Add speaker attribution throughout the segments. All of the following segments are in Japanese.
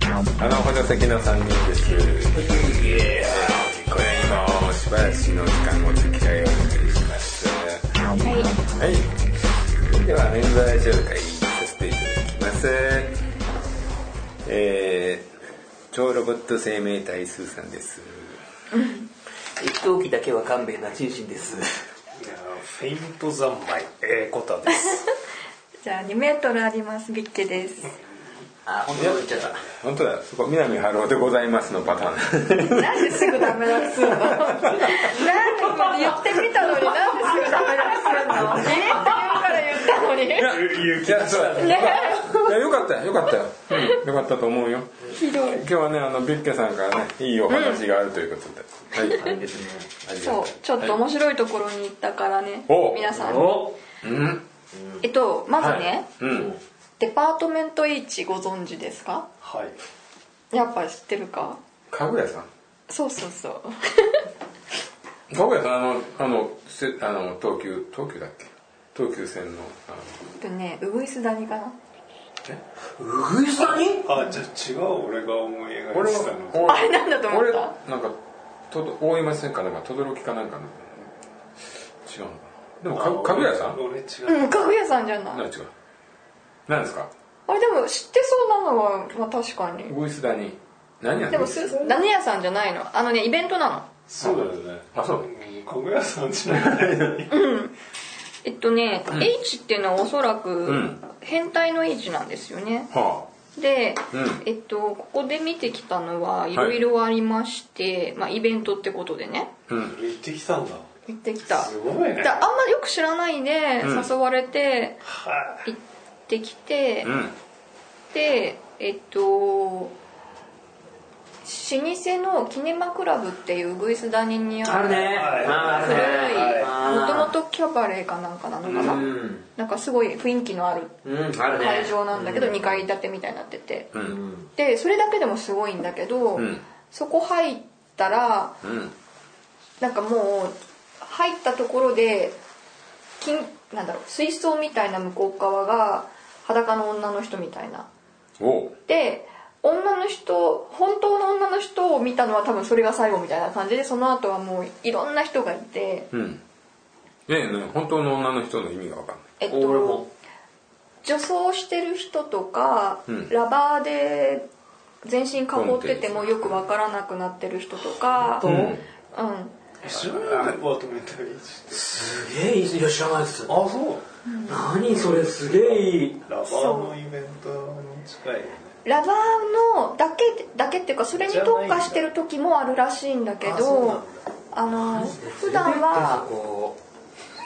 Speaker 1: 穴穂的な3人です。えーこれ今、しばらしの時間を付き合いをお送りします。はい。では、メンバー紹介させていただきます。えー、超ロボット生命体スーさんです。
Speaker 2: 一等機だけは勘弁な中心です。
Speaker 3: いやーフェイント三昧ええこたです。
Speaker 4: じゃあ2メートルありますビッケです。
Speaker 2: あ、本当だ言っちゃった。
Speaker 1: 本当だ、そこ、南春夫でございますのパターン。
Speaker 4: なんですぐダメ出しするの？なんで今言ってみたのになんですぐダメ出しするの？えって言うから言ったのに。
Speaker 1: いや、そうだ。いや、よかったよ、よかったよ。うんよかったと思うよ。
Speaker 4: ひどい。
Speaker 1: 今日はね、あの、ビッケさんからね、いいお話があるということで。はい。
Speaker 2: ですね。
Speaker 1: ありがと
Speaker 4: そうう、ちょっと面白いところに行ったからね
Speaker 1: お。
Speaker 4: 皆さん。
Speaker 3: お
Speaker 1: うん。
Speaker 4: えっとまずね、
Speaker 1: うん。
Speaker 4: デパートメントイーチご存知ですか？
Speaker 3: はい。
Speaker 4: やっぱ知ってるか？
Speaker 1: かぐやさん。
Speaker 4: そうそうそう。
Speaker 1: かぐやさん、あの、あの、せあの東急、東急だっけ東急線の、あの
Speaker 4: えっとね、ウグイスダニかな。
Speaker 2: うぐいさに
Speaker 3: あじゃあ違う俺が思い描い
Speaker 1: 俺
Speaker 3: てたの。
Speaker 1: は、
Speaker 4: あれなんだと思
Speaker 1: 俺、
Speaker 4: っ
Speaker 1: 俺
Speaker 4: た。
Speaker 1: なんか、とど、大山線かなんか、とどろきかなんかの、違うのかな。でもか、かぐやさん
Speaker 3: 俺違う。
Speaker 4: うん、かぐやさんじゃない。
Speaker 1: な違う。なんですか
Speaker 4: あれでも知ってそうなのは、まあ、確かに。
Speaker 1: ウグイスダニ。何や
Speaker 4: でも
Speaker 1: す
Speaker 4: す何屋さんじゃないのあのねイベントなの
Speaker 3: そうだよね。
Speaker 1: あ、そう。
Speaker 3: うんかぐやさんじゃないのに。
Speaker 4: えっとね、H っていうのはおそら
Speaker 1: う
Speaker 4: く
Speaker 1: ん
Speaker 4: 変態の H なんですよね、
Speaker 1: は
Speaker 4: で、
Speaker 1: うん
Speaker 4: えっとここで見てきたのはいろいろありまして、まあ、イベントってことでね
Speaker 1: あ。うん。
Speaker 3: 行ってきたんだ。
Speaker 4: 行ってきた
Speaker 3: すごいね
Speaker 4: だ。あんまよく知らないで
Speaker 1: うん
Speaker 4: 誘われて
Speaker 3: は
Speaker 4: 行ってきて、
Speaker 1: うん。
Speaker 4: でえっと老舗のキネマクラブっていうウグイスダニにある
Speaker 3: い。
Speaker 4: 古い
Speaker 2: あー
Speaker 4: もともとキャバレーかなんかなのかな、
Speaker 2: うん。
Speaker 4: なんかすごい雰囲気のある
Speaker 2: うん、あるね。
Speaker 4: 会場なんだけど2階建てみたいになってて
Speaker 1: う。
Speaker 2: うんん。
Speaker 4: でそれだけでもすごいんだけど、
Speaker 1: うん
Speaker 4: そこ入ったら
Speaker 1: うん。
Speaker 4: なんかもう入ったところで金なんだろう水槽みたいな向こう側が裸の女の人みたいな
Speaker 1: おう。
Speaker 4: で女の人本当の女の人を見たのは多分それが最後みたいな感じでその後はもういろんな人がいて
Speaker 1: うん。ねえねえ、本当の女の人の意味がわかんない。
Speaker 4: えっ
Speaker 2: 俺も
Speaker 4: と。女装してる人とか、
Speaker 1: うん
Speaker 4: ラバーで全身囲っててもよくわからなくなってる人とか
Speaker 2: 本
Speaker 4: うん、
Speaker 3: 知らないデパートメントイーチって。
Speaker 2: すげえいいいや、知らないです。
Speaker 3: あそう。
Speaker 2: 何それ、すげえいい。
Speaker 3: ラバーのイベントに近いよね。
Speaker 4: ラバーのだけだけっていうかそれに特化してる時もあるらしいんだけ
Speaker 3: あそうなん
Speaker 4: ど
Speaker 3: だ
Speaker 4: あの普段は
Speaker 2: こ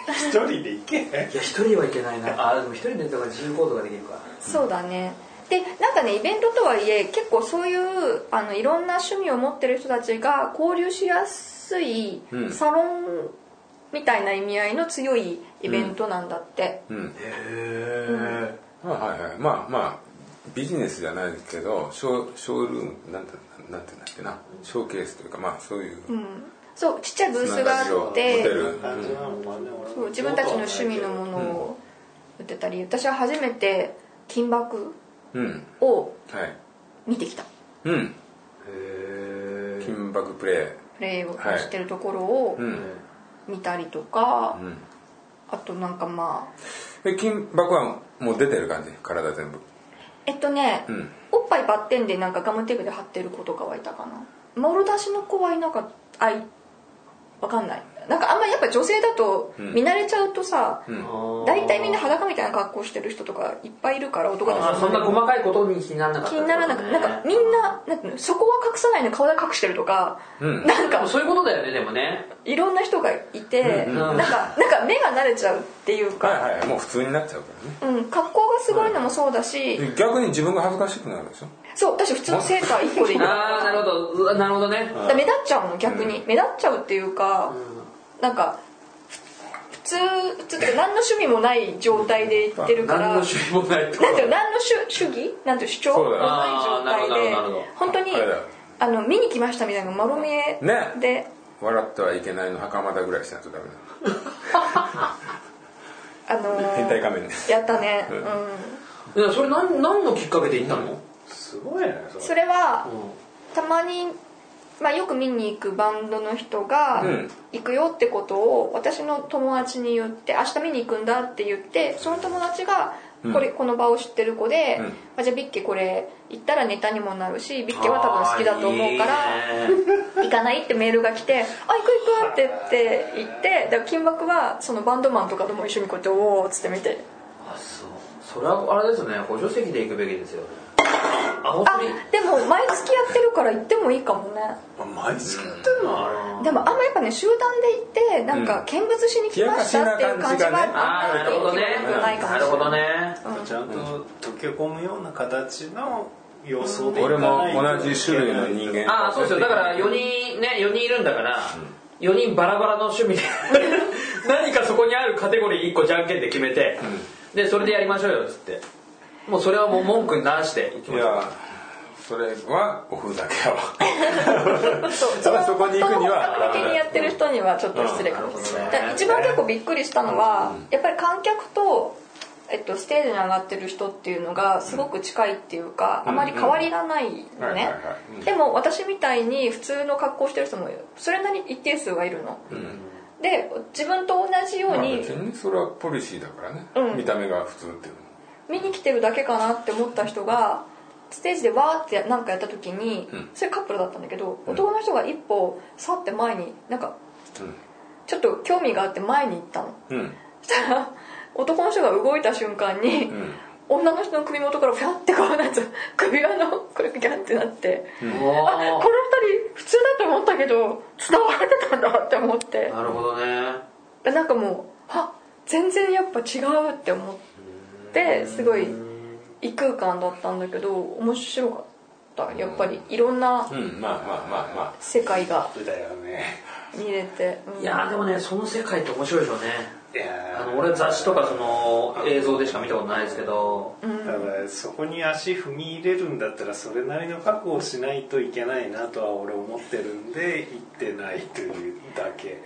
Speaker 3: 一人で行
Speaker 2: い
Speaker 3: け。
Speaker 2: や、一人ではいけないな。あ、でも一人でとか自由行動ができるか。
Speaker 4: そうだねでなんかねイベントとはいえ結構そういうあのいろんな趣味を持ってる人たちが交流しやすい
Speaker 1: うん
Speaker 4: サロンみたいな意味合いの強いイベントなんだって、
Speaker 1: うん。
Speaker 2: へえ。
Speaker 1: まあはいはい。まあまあ、ビジネスじゃないけど、ショーショールーム、なんて、なんていうんだっけな、ショーケースというか、まあそういう、
Speaker 4: うんそうちっちゃいブースがあっ
Speaker 1: モ
Speaker 4: て
Speaker 1: テる。
Speaker 3: 感じなのかね。俺
Speaker 4: そ
Speaker 3: も
Speaker 4: う自分たちの趣味のものを売ってたり私は初めて金箔
Speaker 1: うん。うん。
Speaker 4: を
Speaker 1: はい。
Speaker 4: 見てきた
Speaker 1: うん。
Speaker 2: へえ。
Speaker 1: 金箔プレ
Speaker 4: プレイをしてるところを
Speaker 1: イ。うん。
Speaker 2: う
Speaker 4: 見たりとか、
Speaker 1: うん。
Speaker 4: あとなんかまあ
Speaker 1: で、金箔はもう出てる感じ、体全部。
Speaker 4: えっとね、
Speaker 1: うん。
Speaker 4: おっぱいバッテンでなんかガムテープで貼ってる子とかはいたかなモル出しの子はいなかったあいわかんないなんかあんまりやっぱ女性だと
Speaker 1: うん
Speaker 4: 見慣れちゃうとさ、
Speaker 1: うん。
Speaker 4: 大体みんな。裸みたいな格好してる人とかいっぱいいるから男
Speaker 2: あ
Speaker 4: の
Speaker 2: ー、
Speaker 4: 人
Speaker 2: そんな細かいことに気にならなかった
Speaker 4: 気
Speaker 2: って
Speaker 4: に
Speaker 2: ことね。
Speaker 4: ならなくなんかみんななんていうのそこは隠さないのに顔で隠してるとか
Speaker 1: うん。
Speaker 4: なん
Speaker 2: でも
Speaker 4: か
Speaker 2: そういうことだよね、でもね。
Speaker 4: いろんな人がいて、
Speaker 1: うん
Speaker 4: なんかなんか目が慣れちゃうっていうか、
Speaker 1: はいはい。もう普通になっちゃうからね。
Speaker 4: うん、格好がすごいのもそうだし、
Speaker 1: で逆に自分が恥ずかしくなるでしょ
Speaker 4: そう私普通のセーター1個でいいだか
Speaker 2: ああ、なるほど。うわなるほどね。
Speaker 4: ら目立っちゃうの逆に、目立っちゃうっていうか、なんかふ普通普通って何の趣味もない状態で行ってるから
Speaker 2: 何の趣味もないってこ
Speaker 4: なんていう
Speaker 2: と。
Speaker 4: の何の主主義なんていうの主張
Speaker 1: そう
Speaker 4: も
Speaker 1: だよ
Speaker 4: ない
Speaker 2: あー
Speaker 4: 状態で
Speaker 2: なるほどなるほど
Speaker 4: 本当に
Speaker 1: あれだよ
Speaker 4: あの見に来ましたみたいなの丸見え
Speaker 1: ね
Speaker 4: で、
Speaker 1: 笑ってはいけないの袴田ぐらいしないとダメだ
Speaker 4: あのー
Speaker 1: 変態仮面です
Speaker 4: やったね、
Speaker 1: う
Speaker 4: うんん
Speaker 2: やそれ何何のきっかけで行ったの、
Speaker 3: すごいね
Speaker 4: そ
Speaker 3: それ
Speaker 4: れはたまに、まあ、よく見に行くバンドの人が
Speaker 1: うん
Speaker 4: 行くよってことを私の友達に言って明日見に行くんだって言ってその友達が
Speaker 1: ん
Speaker 4: これ、この場を知ってる子で、
Speaker 1: うん
Speaker 4: まあ、じゃあビッケこれ行ったらネタにもなるしビッケは多分好きだと思うから
Speaker 2: あーいいね
Speaker 4: 行かないってメールが来て「あ行く行く」って言って行ってだから金箔はそのバンドマンとかとも一緒にこうやって「おお」っつって見て
Speaker 2: あそうそれはあれですね補助席で行くべきですよあ本
Speaker 4: あ
Speaker 2: 当に
Speaker 4: でも毎月やってるから行ってもいいかもね
Speaker 3: 毎月やってんのあ
Speaker 4: でもあんまやっぱね集団で行ってなんか見物しに来ましたっていう感じが
Speaker 2: あ
Speaker 4: あ
Speaker 2: ー
Speaker 4: んま
Speaker 2: な
Speaker 4: り
Speaker 2: るほどね
Speaker 4: ないかも
Speaker 2: なる
Speaker 4: しれない
Speaker 2: ほどね
Speaker 3: れちゃんと溶け込むような形の様相でい
Speaker 1: 俺
Speaker 3: か
Speaker 1: も
Speaker 3: ないと
Speaker 1: 同じ種類の人間
Speaker 2: ああそうですよだから4人ね4人いるんだから、4人バラバラの趣味で 何かそこにあるカテゴリー1個じゃんけんで決めて、でそれでやりましょうよっつってもうそれはもう文句なしでいき
Speaker 1: い
Speaker 2: ましょう
Speaker 1: やそれはおふざけ やわ
Speaker 4: そう
Speaker 1: た
Speaker 4: そ
Speaker 1: だそこに行くには
Speaker 4: 本格的にやってる人にはちょっと失礼かもしれ
Speaker 2: う
Speaker 4: なんいだから一番結構びっくりしたのはやっぱり観客と、えっと、ステージに上がってる人っていうのがすごく近いっていうかあまり変わりがない
Speaker 1: はいは
Speaker 4: の
Speaker 1: い
Speaker 4: ね
Speaker 1: は
Speaker 4: でも私みたいに普通の格好してる人もそれなりに一定数がいるの
Speaker 1: い、うん
Speaker 4: で自分と同じよう
Speaker 1: まあ、
Speaker 4: に
Speaker 1: 別にそれはポリシーだからね、
Speaker 4: うん
Speaker 1: 見た目が普通っていう
Speaker 4: 見に来てるだけかなって思った人がステージでわーってなんかやった時に、
Speaker 1: うん
Speaker 4: それカップルだったんだけど、男の人が一歩去って前になんかちょっと興味があって前に行ったの
Speaker 1: のうん
Speaker 4: そしたら男の人が動いた瞬間に、
Speaker 1: うんうん
Speaker 4: 女の人の首元からフィャってこうなっちゃう首輪のこれギャンってなって、あこの
Speaker 2: お
Speaker 4: 二人普通だと思ったけど繋がれてたんだって思って
Speaker 2: ーなるほどね
Speaker 4: なんかもうあ全然やっぱ違うって思ってすごい異空間だったんだけど面白かったやっぱりいろんな
Speaker 1: うんまあまあまあま
Speaker 4: 世界が
Speaker 3: だよね
Speaker 4: 見れて、うん
Speaker 2: いやーでもねその世界って面白いでしょうね
Speaker 3: いや
Speaker 2: あ
Speaker 3: ー
Speaker 2: の俺は雑誌とかその映像でしか見たことないですけど
Speaker 3: だからそこに足踏み入れるんだったらそれなりの覚悟をしないといけないなとは俺思ってるんで行ってないというだけ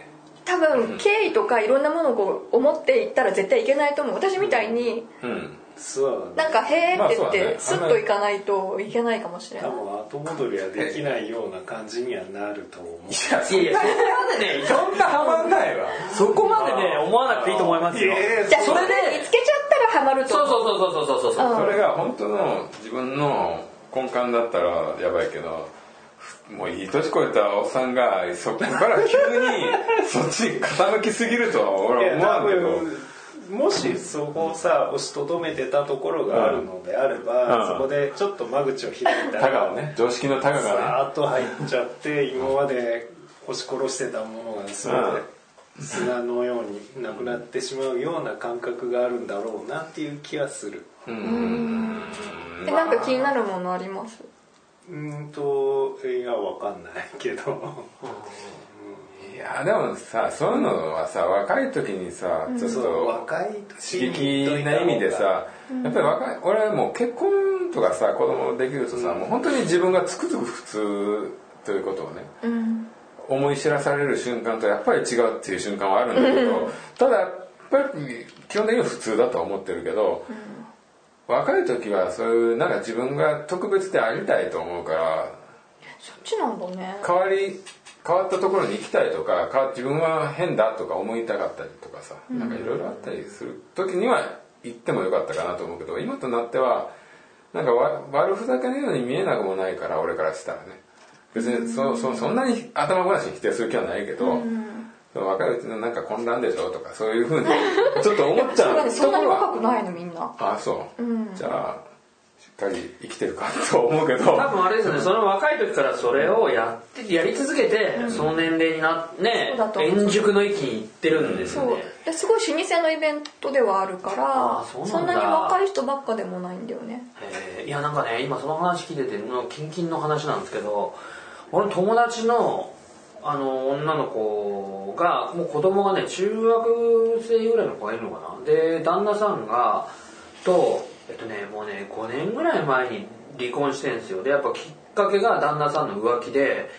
Speaker 4: 多分敬意とかいろんなものをこう思っていったら絶対いけないと思う私みたいに
Speaker 1: あうん
Speaker 3: そう
Speaker 4: なんか「へえ」
Speaker 1: ま
Speaker 4: っ
Speaker 1: あ
Speaker 4: て
Speaker 1: そう
Speaker 4: 言っ
Speaker 1: だね
Speaker 4: てスッといかないといけないかもしれな
Speaker 3: 多
Speaker 4: い
Speaker 3: 分後戻りはできないような感じにはなると思う
Speaker 1: いや
Speaker 2: いやいやそ
Speaker 1: そ
Speaker 2: こまでね
Speaker 1: んなハマんないわ
Speaker 2: そこまでね思わなくていいと思いますよ
Speaker 3: いやいや
Speaker 4: じゃあ
Speaker 2: そ
Speaker 4: それ
Speaker 2: れ
Speaker 4: で
Speaker 2: で
Speaker 4: 見つけちゃったらハマると
Speaker 2: そう
Speaker 4: 思
Speaker 2: そ
Speaker 4: う
Speaker 2: うそうそうそうそうそう
Speaker 4: うん
Speaker 1: それが本当の自分の根幹だったらやばいけどもういい年超えたおっさんがそこから急にそっちに傾きすぎるとは俺は思わんけど
Speaker 3: いや多分もしそこをさ押しとどめてたところがあるのであれば、
Speaker 1: うん
Speaker 3: そこでちょっと間口を開いた
Speaker 1: タガ
Speaker 3: ら、
Speaker 1: をね常識のタガがね
Speaker 3: さーっと入っちゃって今まで押し殺してたものが全て砂のようになくなってしまうような感覚があるんだろうなっていう気がする
Speaker 4: えなんか気になるものあります
Speaker 3: うーんといやわかんないけど
Speaker 1: いやでもさそういうのはさ若い時にさちょっ
Speaker 3: そう
Speaker 1: と
Speaker 3: 若い時
Speaker 1: 刺激な意味でさやっぱり若い俺はもう結婚とかさ子供できるとさもう本当に自分がつくづく普通ということをね
Speaker 4: うん
Speaker 1: 思い知らされる瞬間とやっぱり違うっていう瞬間はあるんだけどただやっぱり基本的には普通だとは思ってるけど、若い時はそういうなんか自分が特別でありたいと思うから
Speaker 4: そっちなんだね
Speaker 1: 変わり変わったところに行きたいとか変わ自分は変だとか思いたかったりとかさなんかいろいろあったりする時には行ってもよかったかなと思うけど今となってはなんかわ悪ふざけのように見えなくもないから俺からしたらね別にそそそんなに頭ごなしに否定する気はないけど、その若いうちのなんか混乱でしょとかそういうふう にちょっと思っち
Speaker 4: そ
Speaker 1: ゃ
Speaker 4: うだ
Speaker 1: う
Speaker 4: ねそんなに若くないのみんな
Speaker 1: あそう、
Speaker 4: うん
Speaker 1: じゃあしっかり生きてるかと思うけど
Speaker 2: 多分あれですよねその若い時からそれをやってやり続けて、その年齢になってね
Speaker 4: そうだと思う
Speaker 2: 円熟の域にいってるんですよ
Speaker 4: そう
Speaker 2: ね
Speaker 4: ですごい老舗のイベントではあるから
Speaker 2: あーそうなんだ
Speaker 4: そんなに若い人ばっかでもないんだよね
Speaker 2: えーいやなんかね今その話聞いててのキンキンの話なんですけど俺の友達のあの女の子がもう子供がね中学生ぐらいの子がいるのかなで旦那さんがとえっとねもうね5年ぐらい前に離婚してんですよでやっぱきっかけが旦那さんの浮気で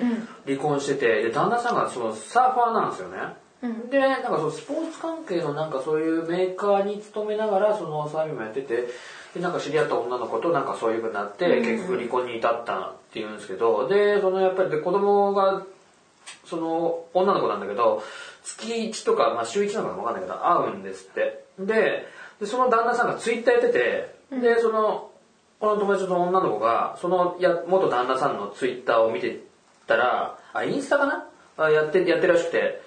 Speaker 2: 離婚しててで旦那さんがそのサーファーなんですよね
Speaker 4: うん
Speaker 2: でなんかそうスポーツ関係のなんかそういうメーカーに勤めながらそのサービスもやっててでなんか知り合った女の子となんかそういうふうになって、結局離婚に至ったっていうんですけどでそのやっぱりで子供がその女の子なんだけど月1とか、まあ、週1なのか分かんないけど会うんですってででその旦那さんがツイッターやってて、でそのこの友達の女の子がそのや元旦那さんのツイッターを見てたらあインスタかなあやってやってるらしくて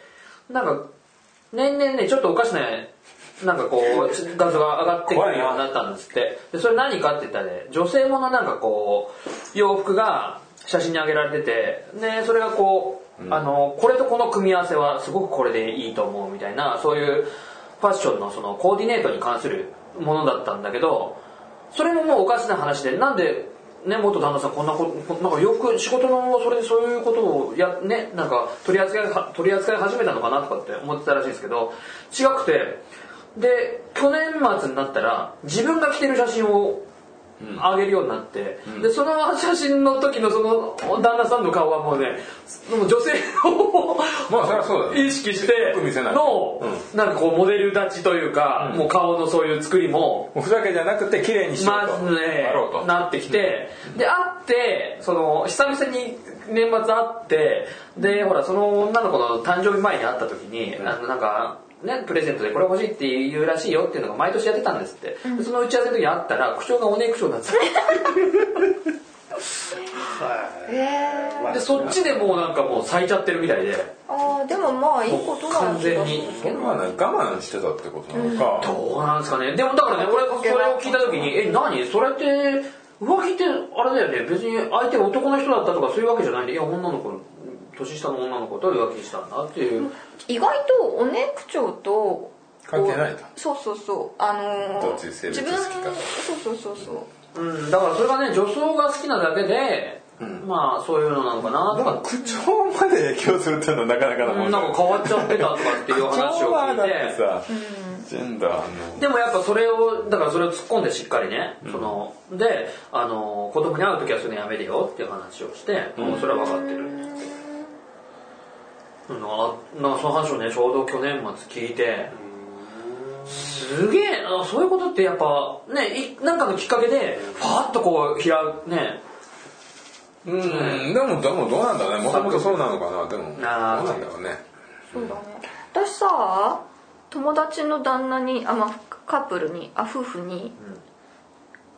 Speaker 2: なんか年々ねちょっとおかしななんかこう画像が上がってくるようになったんですってでそれ何かって言ったらね女性ものなんかこう洋服が写真に上げられててでそれがこう、あのこれとこの組み合わせはすごくこれでいいと思うみたいなそういうファッションのそのコーディネートに関するものだったんだけどそれももうおかしな話でなんで、ね、元旦那さんこんなことなんかよく仕事のそれでそういうことをや、ね、なんか取り扱いは取り扱い始めたのかなとかって思ってたらしいんですけど違くてで去年末になったら自分が着てる写真を上げるようになって、でその写真の時のその旦那さんの顔はもうねもう女性を
Speaker 1: まあそりゃそうだね
Speaker 2: 意識して
Speaker 1: よく見せない
Speaker 2: の、なんかこうモデル立ちというか、もう顔のそういう作りも
Speaker 1: おふざけじゃなくて綺麗にしよ
Speaker 2: ま
Speaker 1: うと、
Speaker 2: ずね
Speaker 1: やろうと
Speaker 2: なってきて、で会ってその久々に年末会ってでほらその女の子の誕生日前に会った時に、あのなんかね、プレゼントでこれ欲しいって言うらしいよっていうのが毎年やってたんですって、でその打ち合わせの時に会ったら口調がおねえ口調になって た
Speaker 3: はい
Speaker 4: えー、
Speaker 3: まあ
Speaker 2: でそっちでもうなんかもう咲いちゃってるみたいで
Speaker 4: あーでもまあいいことな
Speaker 2: 完
Speaker 4: んで
Speaker 2: 全
Speaker 4: す
Speaker 2: に
Speaker 1: それはね我慢してたってことなのか、
Speaker 2: どうなんですかねでもだからね俺それを聞いた時に「え何それって浮気ってあれだよね別に相手が男の人だったとかそういうわけじゃないんでいや女の子年下の女の子と浮気したんだ」っていう
Speaker 4: 意外とおね口調と
Speaker 1: 関係ないと
Speaker 4: そうそうそうあのー
Speaker 1: どっち性別
Speaker 4: 自
Speaker 1: 好
Speaker 4: 分
Speaker 1: きか
Speaker 4: そうそうそうそう
Speaker 2: うんだからそれがね女装が好きなだけでまあそういうのなのかな
Speaker 1: で
Speaker 2: と
Speaker 1: も
Speaker 2: か
Speaker 1: 口調まで影響するっていうのはなかなかな
Speaker 2: う
Speaker 1: も
Speaker 2: ん
Speaker 1: ん
Speaker 2: なんか変わっちゃってたとかっていう話を聞い
Speaker 1: だっててさ、ジェンダーの
Speaker 2: でもやっぱそれをだからそれを突っ込んでしっかりね、そのであの子供に会う時はそういうのやめるよっていう話をして、もうそれは分かってるうんあなんかその話をねちょうど去年末聞いてすげえあそういうことってやっぱねいなんかのきっかけでファーッとこう開くね
Speaker 1: うんでもでもどうなんだろうねもともとそうなのかなでもどう
Speaker 2: あー
Speaker 1: なんだろうね
Speaker 4: そうだね私さ友達の旦那にあまあカップルにあ夫婦に、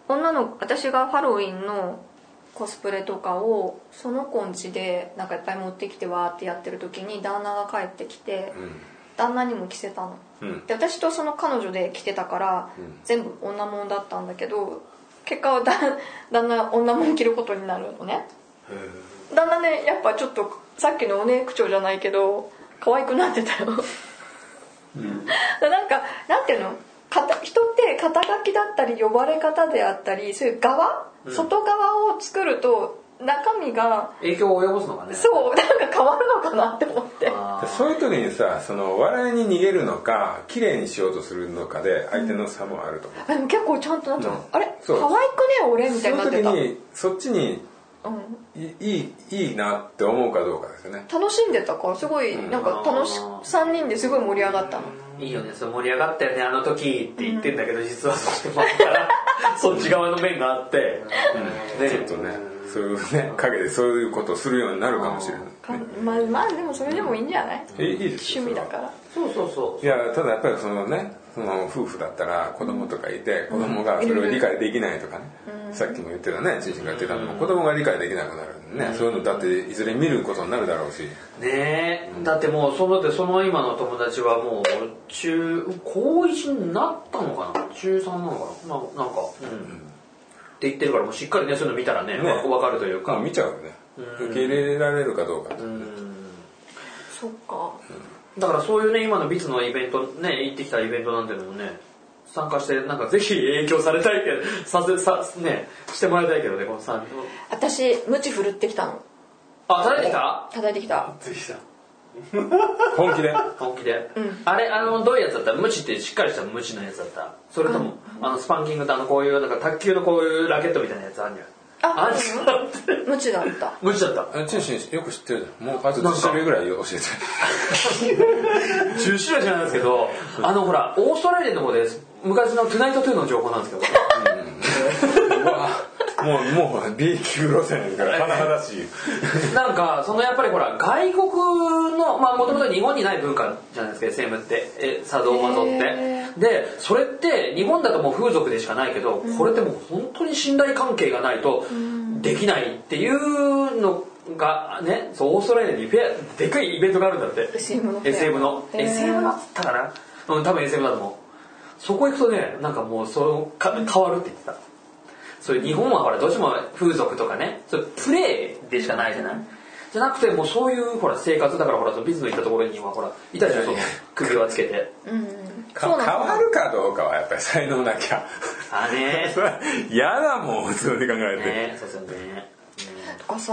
Speaker 4: 女の私がハロウィンのコスプレとかをその子ん家でなんかいっぱい持ってきてわーってやってる時に旦那が帰ってきて、旦那にも着せたの、
Speaker 1: うん
Speaker 4: で私とその彼女で着てたから、
Speaker 1: ん
Speaker 4: 全部女物だったんだけど結果はだ旦那女物着ることになるのね旦那ねやっぱちょっとさっきのおねえ口調じゃないけど可愛くなってたよ、で なんかなんていうのかた人って肩書きだったり呼ばれ方であったりそういう側、外側を作ると中身が
Speaker 2: 影響を及ぼすのがね
Speaker 4: そうなんか変わるのかなって思って
Speaker 2: あ
Speaker 1: で
Speaker 2: ー
Speaker 1: そういう時にさその笑いに逃げるのか綺麗にしようとするのかで相手の差もあると思う、
Speaker 4: でも結構ちゃんとなってた、
Speaker 1: うん
Speaker 4: あれ可
Speaker 1: そう
Speaker 4: 愛くね俺みた
Speaker 1: そ
Speaker 4: いに
Speaker 1: の
Speaker 4: なって
Speaker 1: 時
Speaker 4: た、うん、
Speaker 1: にそっちにいいいいいなって思うかどうかですよね
Speaker 4: 楽しんでたからすごいなんか楽し
Speaker 2: うん
Speaker 4: 3人ですごい盛り上がったの
Speaker 2: いいよねそれ盛り上がったよねあの時って言ってんだけど、実はそしてまたそっち側の面があって、ね
Speaker 1: ちょっとねそういうね陰でそういうことをするようになるかもしれない
Speaker 4: かまあまあでもそれでもいいんじゃない、
Speaker 1: えいいです
Speaker 4: 趣
Speaker 1: よ
Speaker 4: 味だから
Speaker 2: そうそうそう
Speaker 1: いやただやっぱりそのねその夫婦だったら子供とかいて子供がそれを理解できないとかね、さっきも言ってたね知事が言ってたのも子供が理解できなくなるんでね、そういうのだっていずれ見ることになるだろうし
Speaker 2: ねえ、だってもうそのだってその今の友達はもう中高1になったのかな中3なのかなまあなんかうん、って言ってるからもうしっかりねそういうの見たらね
Speaker 1: ね
Speaker 2: わ分かるという
Speaker 1: まあ
Speaker 2: か、
Speaker 1: 見ちゃうよね受け入れられるかどうかと、
Speaker 4: そっか
Speaker 2: だからそういうね今のビズのイベントね行ってきたイベントなんていうのもね参加してなんかぜひ影響されたいけどさせさねしてもらいたいけどねこの3人
Speaker 4: 私ムチ振るってきたの
Speaker 2: あ誰でした
Speaker 4: 叩いてきた
Speaker 3: ぜひだ
Speaker 1: 本気で
Speaker 2: 本気で、あれあのどういうやつだった無知ってしっかりした無知のやつだったそれとも、あのスパンキングってあのこういうなんか卓球のこういうラケットみたいなやつあるじゃんア
Speaker 4: あ
Speaker 2: ンサーって
Speaker 4: 無知だった
Speaker 2: 無知だった
Speaker 1: あチューシンよく知ってるじゃんもうあと10種類ぐらい教えて
Speaker 2: 10種類知らないですけ どあのほらオーストラリアの方で昔の「トゥナイトトゥー」の情報なんですけど
Speaker 1: うわもうもう B 級路線ですから甚だしい
Speaker 2: なんかそのやっぱりほら外国のまあもともと日本にない文化じゃないですか SM ってえ茶道マゾっ
Speaker 4: へ
Speaker 2: てでそれって日本だともう風俗でしかないけどこれってもう本当に信頼関係がないとできないっていうのがねそうオーストラリアにフェアでかいイベントがあるんだって
Speaker 4: SM のフェア
Speaker 2: SM の
Speaker 4: へー
Speaker 2: SM だったかなうん多分 SM だと思うそこ行くとねなんかもうそのか変わるって言ってたそれ日本はほらどうしても風俗とかねそれプレイでしかないじゃないじゃなくてもうそういうほら生活だからほらそのビズの行ったところにはほらいたじゃんその首輪つけて
Speaker 4: うんうん
Speaker 1: か
Speaker 4: そうな
Speaker 1: 変
Speaker 4: の
Speaker 1: わるかどうかはやっぱり才能なきゃ
Speaker 2: あーね
Speaker 1: それは 嫌だもん普通に考えて、
Speaker 2: ねそうですよねね
Speaker 4: とかさ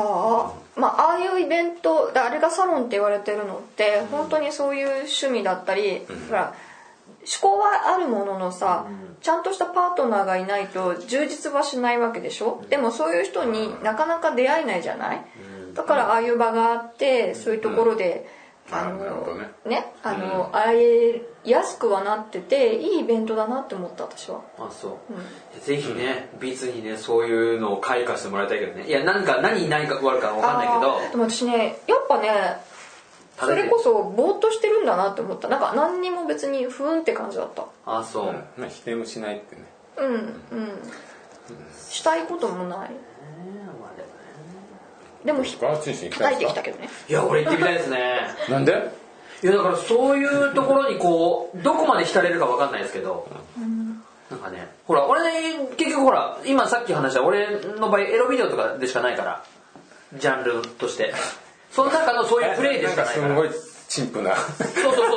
Speaker 4: まあああいうイベントであれがサロンって言われてるのって本当にそういう趣味だったり、ほら趣向はあるもののさ、ちゃんとしたパートナーがいないと充実はしないわけでしょ、でもそういう人になかなか出会えないじゃない、だからああいう場があってそういうところで、
Speaker 1: うん
Speaker 4: あ
Speaker 1: なるほ
Speaker 4: の
Speaker 1: どね
Speaker 4: あの、会えやすくはなってていいイベントだなって思った私は
Speaker 2: あそう、ぜひねビズにねそういうのを開花してもらいたいけどねいや何か何に何かあるかわかんないけ
Speaker 4: あーで
Speaker 2: ど
Speaker 4: も私ねやっぱね
Speaker 2: た
Speaker 4: そ
Speaker 2: だね
Speaker 4: れこそぼーっとしてるんだなって思ったなんか何にも別に不運って感じだった
Speaker 2: あそう、
Speaker 1: まあ否定もしないってね
Speaker 4: うんうんしたいこともないでも引っ
Speaker 1: ガーチンシン行きた
Speaker 4: 叩
Speaker 1: い
Speaker 4: い
Speaker 1: で
Speaker 4: て
Speaker 1: すか
Speaker 4: きたけどね
Speaker 2: いや俺行ってみたいですね
Speaker 1: なんで
Speaker 2: いやだからそういうところにこうどこまで浸れるかわかんないですけど、なんかねほら俺ね結局ほら今さっき話した俺の場合エロビデオとかでしかないからジャンルとしてその中のそういうプレイでしかないか
Speaker 1: なん
Speaker 2: ら
Speaker 1: かすごい陳腐な
Speaker 2: そうそうそうそうそ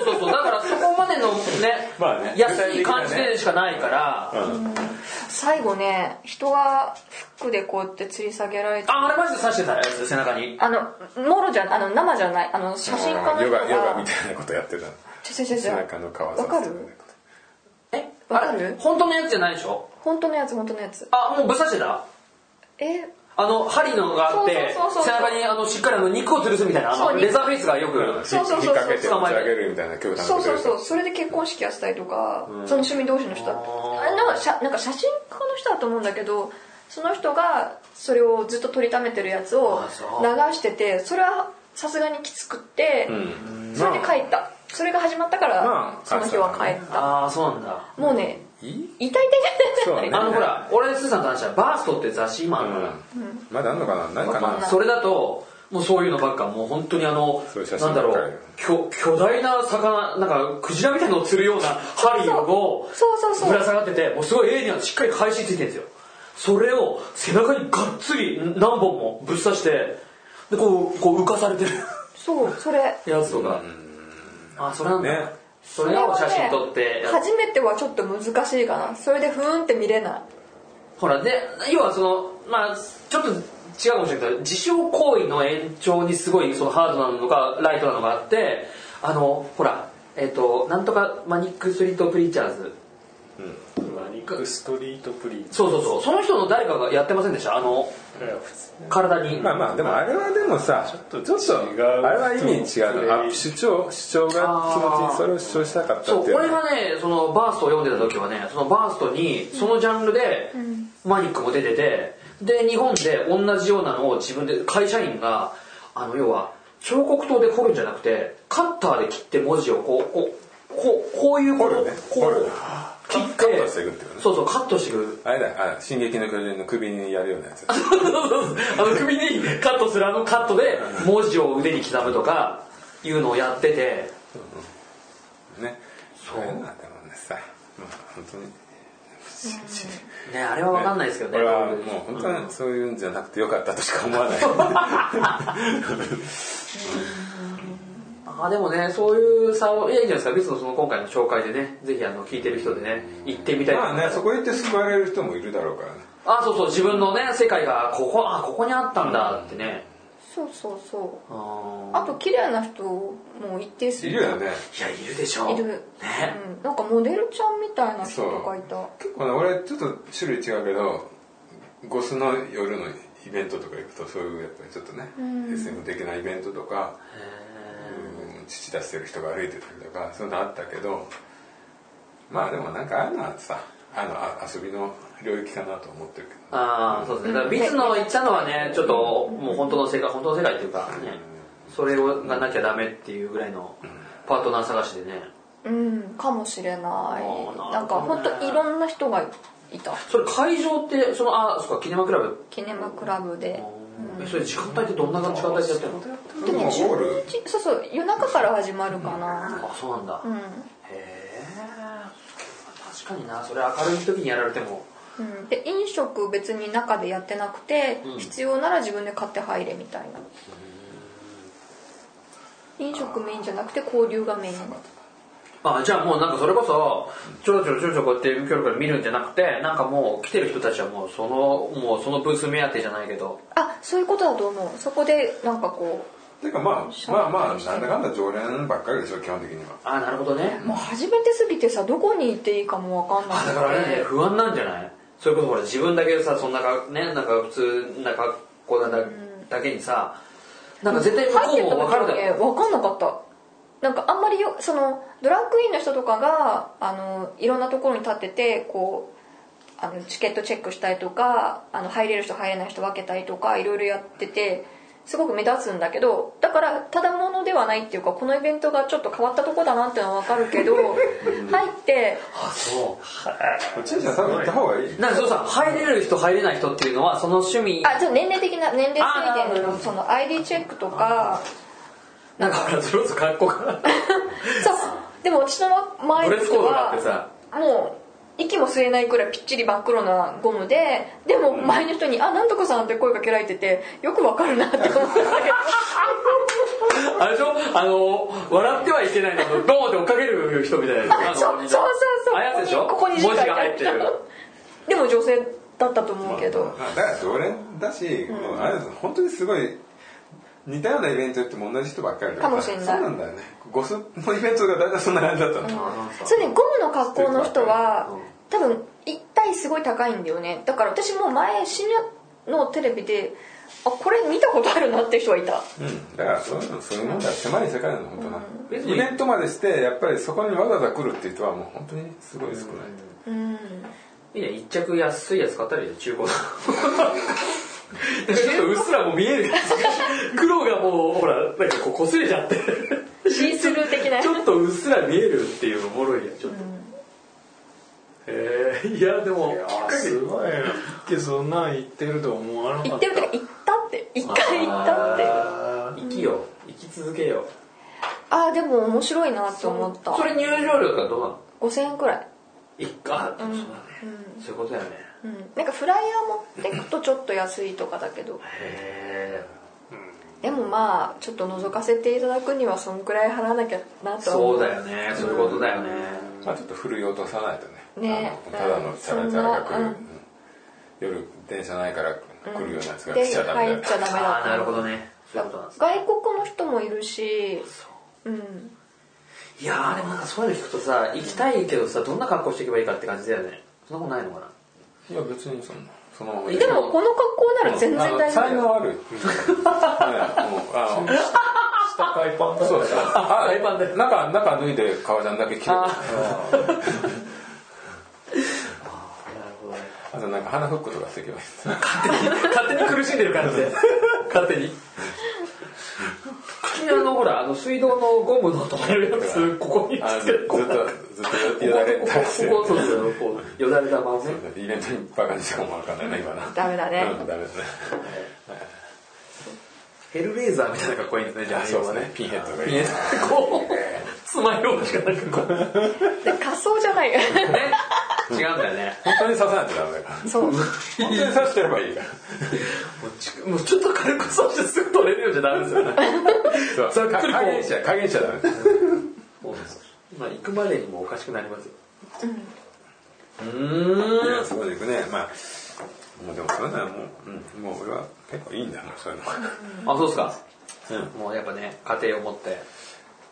Speaker 2: うそうそうだからそこまでのね,、
Speaker 1: まあね
Speaker 2: 安い感じでしかないから、
Speaker 4: 最後ね人がフックでこうやって吊り下げられて
Speaker 2: ああれマジで刺してたやつ背中に
Speaker 4: あのもろじゃあの生じゃないあの写真家の人
Speaker 1: ヨガ
Speaker 4: が
Speaker 1: ヨガみたいなことやってたの
Speaker 4: ちょちょち
Speaker 1: 背
Speaker 4: ょ
Speaker 1: 中の皮
Speaker 4: わかる
Speaker 2: え
Speaker 4: わ
Speaker 2: あ
Speaker 4: かる
Speaker 2: れ本当のやつじゃないでしょ
Speaker 4: 本当のやつ本当のやつ
Speaker 2: あもうぶっ刺してた
Speaker 4: え
Speaker 2: あの針のがあって
Speaker 4: そうそうそうそう
Speaker 2: 背中にあのしっかりあの肉を吊るすみたいなあ
Speaker 4: そう
Speaker 2: の
Speaker 4: 肉
Speaker 2: レザーフェイスがよく、
Speaker 4: そうそうそう
Speaker 1: 引っ掛けて持ち上げるみたいな教団
Speaker 4: そうそうそう
Speaker 1: う
Speaker 4: それで結婚式やってたりとか、その趣味同士の人だったあなんかしゃなんか写真家の人だと思うんだけどその人がそれをずっと撮りためてるやつを
Speaker 2: あそう
Speaker 4: 流しててそれはさすがにきつくって、
Speaker 1: ん
Speaker 4: それで帰ったそれが始まったから、
Speaker 1: まあ
Speaker 4: その日は帰った、
Speaker 2: ああそうなんだ
Speaker 4: もうね
Speaker 1: いい
Speaker 4: 痛い痛い
Speaker 1: そう
Speaker 4: 痛い
Speaker 1: ね
Speaker 2: あのほら俺スーさんと話したバーストって雑誌今あるから、
Speaker 1: うんまだあんのかなないか
Speaker 4: わかんない
Speaker 1: な
Speaker 2: それだともうそういうのばっかもう本当にあの
Speaker 1: そういう写真
Speaker 2: なんだろ
Speaker 1: ばっかり
Speaker 2: う巨巨大な魚なんかクジラみたいなのを釣るような針を
Speaker 4: そうそうそう
Speaker 2: ぶら下がっててもうすごいエイリアンしっかり返しついてるんですよそれを背中にがっつり何本もぶっ刺してでこうこう浮かされてる
Speaker 4: そうそれ
Speaker 2: やつとか、あそれなんだ、
Speaker 1: ね
Speaker 2: それを写真撮っ
Speaker 4: それ
Speaker 2: て
Speaker 4: はね初めてはちょっと難しいかなそれでふーんって見れない
Speaker 2: ほらで要はそのまあちょっと違うかもしれないけど自傷行為の延長にすごいそのハードなのかライトなのがあってあのほらえっ、となんとかマニックストリートプリーチャーズ
Speaker 3: マニックストリートプリーチ
Speaker 2: そうそうそうその人の誰かがやってませんでしたあの
Speaker 3: いや普通
Speaker 2: 体に
Speaker 1: まあまあでもあれはでもさちょっ
Speaker 3: ょっ
Speaker 1: と
Speaker 3: と違う
Speaker 1: あれは意味違うのあ主張主張が気持ち
Speaker 2: あー
Speaker 1: にそれを主張したかった
Speaker 2: そ
Speaker 1: って
Speaker 2: う
Speaker 1: いう
Speaker 2: 俺がねそのバーストを読んでた時はねそのバーストにそのジャンルでマニックも出ててで日本で同じようなのを自分で会社員があの要は彫刻刀で彫るんじゃなくてカッターで切って文字をこうこうこうこういうこ
Speaker 1: 掘
Speaker 2: と
Speaker 1: るね
Speaker 2: こ
Speaker 1: 掘る
Speaker 2: う切って
Speaker 1: カットしていくっていうね
Speaker 2: そうそうカットしていく
Speaker 1: あれだよあ進撃の巨人の首にやるようなや つ
Speaker 2: あの首にカットするあのカットで文字を腕に刻むとかいうのをやってて
Speaker 1: ね
Speaker 2: そう
Speaker 1: あれなんだもんねさまあ本当に
Speaker 2: ねあれは分かんないですけどね
Speaker 1: 俺はもう本当にそういうんじゃなくてよかったとしか思 わない
Speaker 2: あーでもねそういう差をいやいいんじゃないですか別のその今回の紹介でねぜひあの聞いてる人でね行ってみたい
Speaker 1: まあねそ
Speaker 2: そ
Speaker 1: こ行って救われる人もいるだろうからね
Speaker 2: あーそうそう自分のね世界がここあここにあったんだってね、
Speaker 4: そうそうそう
Speaker 2: あー
Speaker 4: あと綺麗な人も一定数
Speaker 1: いるよね
Speaker 2: いやいるでしょ
Speaker 4: いる、
Speaker 2: ね、
Speaker 4: うん、なんかモデルちゃんみたいな人とかいた
Speaker 1: 結構ね俺ちょっと種類違うけどゴスの夜のイベントとか行くとそういうやっぱりちょっとね、
Speaker 4: うん
Speaker 1: SM 的なイベントとか、
Speaker 2: へ
Speaker 1: うん父出してる人が歩いてたりとかそういうのあったけどまあでもなんかああいうのはさあのあ遊びの領域かなと思ってるけど、
Speaker 2: ーああそうですねだから水野が言ったのはねちょっともう本当の世界本当の世界っていうかねそれがなきゃダメっていうぐらいのパートナー探しでね
Speaker 4: うんかもしれな
Speaker 2: ー
Speaker 4: い
Speaker 2: な
Speaker 4: な
Speaker 2: るほど
Speaker 4: んか
Speaker 2: ね
Speaker 4: 本当いろんな人がいた
Speaker 2: それ会場ってそのあそっかキネマクラブ
Speaker 4: キネマクラブで
Speaker 2: えそれ時間帯ってどんな時間帯でやってるの
Speaker 1: でもゴール
Speaker 4: ちそうそう夜中から始まるかな
Speaker 2: あそうなんだ
Speaker 4: うん、
Speaker 2: へえ確かになそれ明るい時にやられても
Speaker 4: うん、で飲食別に中でやってなくて、
Speaker 2: うん
Speaker 4: 必要なら自分で買って入れみたいな飲食メインじゃなくて交流がメイン
Speaker 2: あじゃあもうなんかそれこそちょろちょろちょろちょろこうやって遠距離から見るんじゃなくてなんかもう来てる人たちはもうそのもうそのブース目当てじゃないけど
Speaker 4: あそういうことだと思うそこでなんかこ
Speaker 1: ていうかまあまあまあなんだかんだ常連ばっかりでしょ基本的には
Speaker 2: あなるほどね
Speaker 4: うもう初めてすぎてさどこに行っていいかもわかんない
Speaker 2: あだからあれね不安なんじゃないそれこそほら自分だけさそんなかねなんか普通な格好なだ,、だけにさなんか絶対向こ
Speaker 4: 入って
Speaker 2: う
Speaker 4: た
Speaker 2: も分かるだ
Speaker 4: 時
Speaker 2: ろ
Speaker 4: はね分かんなかったなんかあんまりよそのドラッグインの人とかがあのいろんなところに立っててこうあのチケットチェックしたりとかあの入れる人入れない人分けたりとかいろいろやっててすごく目立つんだけどだからただものではないっていうかこのイベントがちょっと変わったとこだなっていうのは分かる けど入って
Speaker 2: あそう
Speaker 1: こっちじゃ多分行った方がいい
Speaker 2: なんかそうさ入れる人入れない人っていうのはその趣味
Speaker 4: あちょっと年齢的な年齢
Speaker 2: あなるほど
Speaker 4: 制限
Speaker 2: なるほど
Speaker 4: のその ID チェックとか
Speaker 2: なんかほらそれこそ格好が
Speaker 4: そうでも私の前
Speaker 2: ド
Speaker 4: の
Speaker 2: レスコー
Speaker 4: 人
Speaker 2: ドが
Speaker 4: は
Speaker 2: あってさ
Speaker 4: もう息も吸えないくらいぴっちり真っ黒なゴムででも前の人に「あなんとかさん」って声かけられててよくわかるなって思ってたけど
Speaker 2: あれでしょあの笑ってはいけないのドーンって追っかける人みたいな
Speaker 4: そうそうそうそう
Speaker 2: あやつでしょ
Speaker 4: ここに
Speaker 2: 文字が入ってる
Speaker 4: でも女性だったと思うけど、
Speaker 1: まあだから常連だし、もうあれ本当にすごい似たようなイベントやっても同じ人ばっかりだ
Speaker 4: かもしれない
Speaker 1: そうなんだよねゴスのイベントが大体そんな感じだったの、
Speaker 4: それねゴムの格好の人は多分一体すごい高いんだよねだから私も前深夜のテレビであこれ見たことあるなって人はいた
Speaker 1: うん、だからそういうのそういうもんだ狭い世界なの本当な、
Speaker 2: 別に
Speaker 1: イベントまでしてやっぱりそこにわざわざ来るっていう人はもう本当にすごい少ない、
Speaker 4: うん
Speaker 2: いいね一着安いやつ買ったり中 古のちょっとうっすらもう見えるやつ黒がもうほらなんかこう擦れち ゃって
Speaker 4: シースルー的な
Speaker 2: ちょっとうっすら見えるっていうおもろいやちょっと、へえいやでも
Speaker 3: すごいよけどそんなん言ってると思わなかった
Speaker 4: 行ってるってか行ったって一回行ったって
Speaker 2: あー生きよう生き続けよう
Speaker 4: ああでも面白いなって思った
Speaker 2: それ入場料とかどうなの
Speaker 4: 5000円くらい、
Speaker 2: いっか、そうだね
Speaker 4: う
Speaker 2: そういうことだよね
Speaker 4: んうん、なんかフライヤー持ってくとちょっと安いとかだけど
Speaker 2: へえ
Speaker 4: でもまあちょっと覗かせていただくにはそんくらい払わなきゃなとは
Speaker 2: そ
Speaker 4: 思
Speaker 2: うだよねそういうことだよね
Speaker 1: まあ、ちょっとふるい落とさないとね
Speaker 4: ね
Speaker 1: あのただのチャラチャラが来
Speaker 4: うん
Speaker 1: る、うん夜電車ないから来るようなやつが
Speaker 4: で
Speaker 1: 来ちゃダメ
Speaker 4: 入っち
Speaker 1: だ
Speaker 4: ゃダメ
Speaker 2: あ
Speaker 4: だ
Speaker 2: あなるほどねそういうことなんですね
Speaker 4: 外国の人もいるしうん
Speaker 2: いやーでもなんかそういうの聞くとさ行きたいけどさどんな格好していけばいいかって感じだよねそんなことないのかない
Speaker 1: や別にそんなそのまま
Speaker 4: でもこの格好なら全然大丈
Speaker 1: あの才
Speaker 4: 夫
Speaker 1: 能あるねもうあの
Speaker 3: 下海パンだ
Speaker 1: そうそう。あ、
Speaker 2: フライパンで
Speaker 1: 中、中脱いで革ジャンだけ着てる。
Speaker 2: あ
Speaker 1: あ
Speaker 2: なるほどね
Speaker 1: となんか鼻フックとかしてけばいいです。
Speaker 2: 勝手に苦しんでる感じ で勝手に口にあのほらあの水道のゴムの止めるやつここに
Speaker 1: あの
Speaker 2: つ
Speaker 1: ず
Speaker 2: け
Speaker 1: っと、
Speaker 2: るここ
Speaker 1: ずっとよだれ垂らしてる
Speaker 2: ここそうそうこうよだれたままね
Speaker 1: イベントにバカにしたかもわかんないね、今な。
Speaker 4: ダメだね
Speaker 1: うんダメですね。
Speaker 2: ヘルレーザーみたいな格好いいんですねじゃあ
Speaker 1: あそうですね。ピンヘッドがい
Speaker 2: 見
Speaker 1: い
Speaker 2: え。ない こうつまようじしかなく こうね
Speaker 4: で仮装じゃない
Speaker 2: 違うんだよね
Speaker 1: 本当に刺さないとダメだから。
Speaker 4: そう
Speaker 1: 本当に刺してればいいから。
Speaker 2: もうちもうちょっと軽く刺してすぐ取れるようじゃダメです よね
Speaker 1: そう
Speaker 2: ざっくりこう
Speaker 1: 加減しちゃ、加減しちゃダメ。
Speaker 2: もうまあ行くまでにもおかしくなりますようん
Speaker 1: いやそうでいくね。まあ、もうでもそれならもう、うん、もう俺は結構いいんだよ、もう そういうのは。
Speaker 2: あそうですか
Speaker 1: うん。
Speaker 2: もうやっぱね家庭を持 って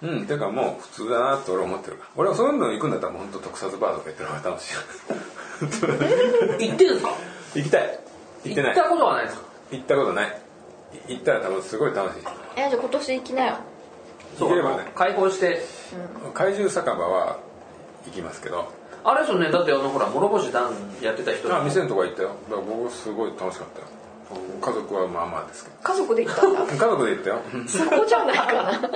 Speaker 1: うん、てかもう普通だなって俺は思ってるから俺はそういうの行くんだったらもう本当特撮バーとか行ってる方が楽しい
Speaker 2: 行ってるんですか
Speaker 1: 行きたい行って
Speaker 2: 行
Speaker 1: な
Speaker 2: っ
Speaker 1: い
Speaker 2: たことはないですか
Speaker 1: 行ったことないい行ったら多分すごい楽しい
Speaker 4: いやじゃあ今年行きなよ
Speaker 1: 行ければね
Speaker 2: 開放して
Speaker 1: 怪獣酒場は行きますけど
Speaker 2: あれですよねだってあのほら諸星団やってた人
Speaker 1: あ店のとこは行ったよだから僕すごい楽しかったよ家族はまあまあですけど
Speaker 4: 家族で行ったんだ
Speaker 1: 家族で行ったよ
Speaker 4: そこじゃないかな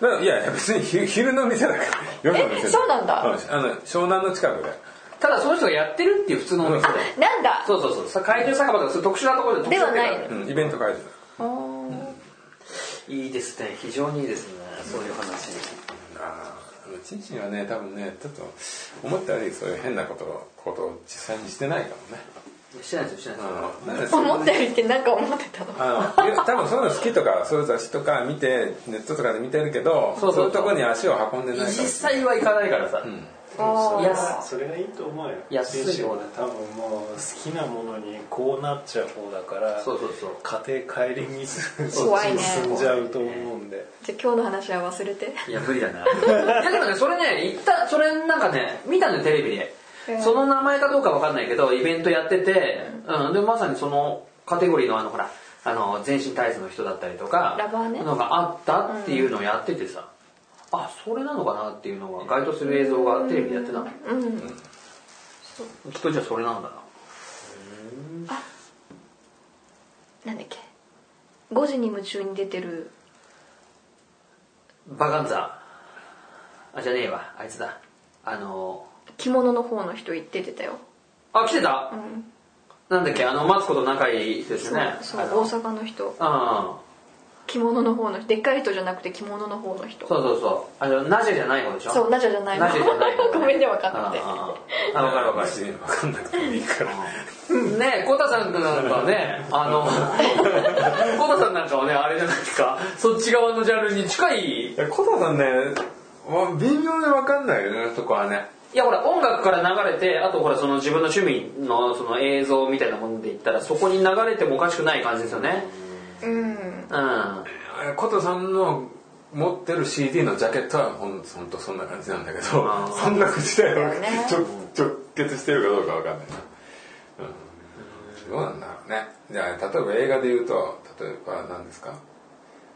Speaker 1: だからいやいや別に昼昼の店だから夜の店
Speaker 4: えそうなんだ
Speaker 1: あの湘南の近くで
Speaker 2: ただその人がやってるっていう普通のお店で
Speaker 4: なんだ
Speaker 2: そうそうそうさ怪獣酒場とかそういう特殊なところで特殊な店がある
Speaker 4: では
Speaker 1: うんイベント会場
Speaker 4: あー
Speaker 2: いいですね非常にいいですねそういう話
Speaker 1: ああちんちんはね多分ねちょっと思ったよりそういう変なことをことを実際にしてないか
Speaker 2: してないですよしてない
Speaker 1: もねう
Speaker 2: で
Speaker 1: んなんかそう
Speaker 4: 思ったよりってなんか思ってたの
Speaker 1: あのいや多分そういうの好きとかそういう雑誌とか見てネットとかで見てるけどそ
Speaker 2: そ
Speaker 1: う
Speaker 2: そう
Speaker 1: う
Speaker 2: そう
Speaker 1: いうとこに足を運んでないから
Speaker 2: す実際は行かないからさ、
Speaker 1: うん
Speaker 4: あ
Speaker 2: 安
Speaker 4: ー
Speaker 3: それがいいと思うよ
Speaker 2: 安い
Speaker 3: 店主は多分もう好きなものにこうなっちゃう方だから
Speaker 2: そうそうそう
Speaker 3: 家庭帰りにす る
Speaker 4: 怖いね
Speaker 3: 進んじゃうと思うんで
Speaker 4: じゃあ今日の話は忘れて
Speaker 2: いや無理だないやでもねそれね行ったそれなんかね見たのよテレビで、
Speaker 4: へー
Speaker 2: その名前かどうかわかんないけどイベントやってて、うん、でまさにそのカテゴリーのあのほらあの全身体操の人だったりとか
Speaker 4: ラバーね
Speaker 2: のがあったっていうのをやっててさ、あそれなのかなっていうのが該当する映像がテレビでやってたの
Speaker 4: うん
Speaker 2: きっとじゃあそれなんだな
Speaker 4: なんだっけ5時に夢中に出てる
Speaker 2: バガンザあじゃねえわあいつだあの
Speaker 4: 着物の方の人行っててたよ、
Speaker 2: あ来てた
Speaker 4: う、ん、
Speaker 2: なんだっけあのマツコと仲いいですね
Speaker 4: そう
Speaker 2: あ
Speaker 4: 大阪の人
Speaker 2: のうん
Speaker 4: 着物の方の人でっかい人じゃなくて着物の方の人
Speaker 2: そうそうそう。あの、ナジェじゃない方でしょ
Speaker 4: そうナジェじゃないの
Speaker 2: ナジェじゃない方ね
Speaker 4: ごめんねわかんなくて
Speaker 2: あああああわかるわか
Speaker 1: 別に分かんなくてもいいから
Speaker 2: る。ねえ、コタさんなんかはね、あの、 コタさんなんかはね、あれじゃないですか、そっち側のジャンルに近い。い
Speaker 1: いやコタさんねわ微妙で分かんないよねそこはね
Speaker 2: やほら、音楽から流れて、あとほら、その自分の趣味のその映像みたいなもので言ったら、そこに流れてもおかしくない感じですよね。
Speaker 4: うん
Speaker 2: うん。
Speaker 1: コタさんの持ってる CD のジャケットはほんほんとそんな感じなんだけど
Speaker 2: あー
Speaker 1: そんな口だよ
Speaker 4: だよね
Speaker 1: 直直結してるかどうか分かんないな、うん、どうなんだろうねじゃあ例えば映画で言うと例えば何ですか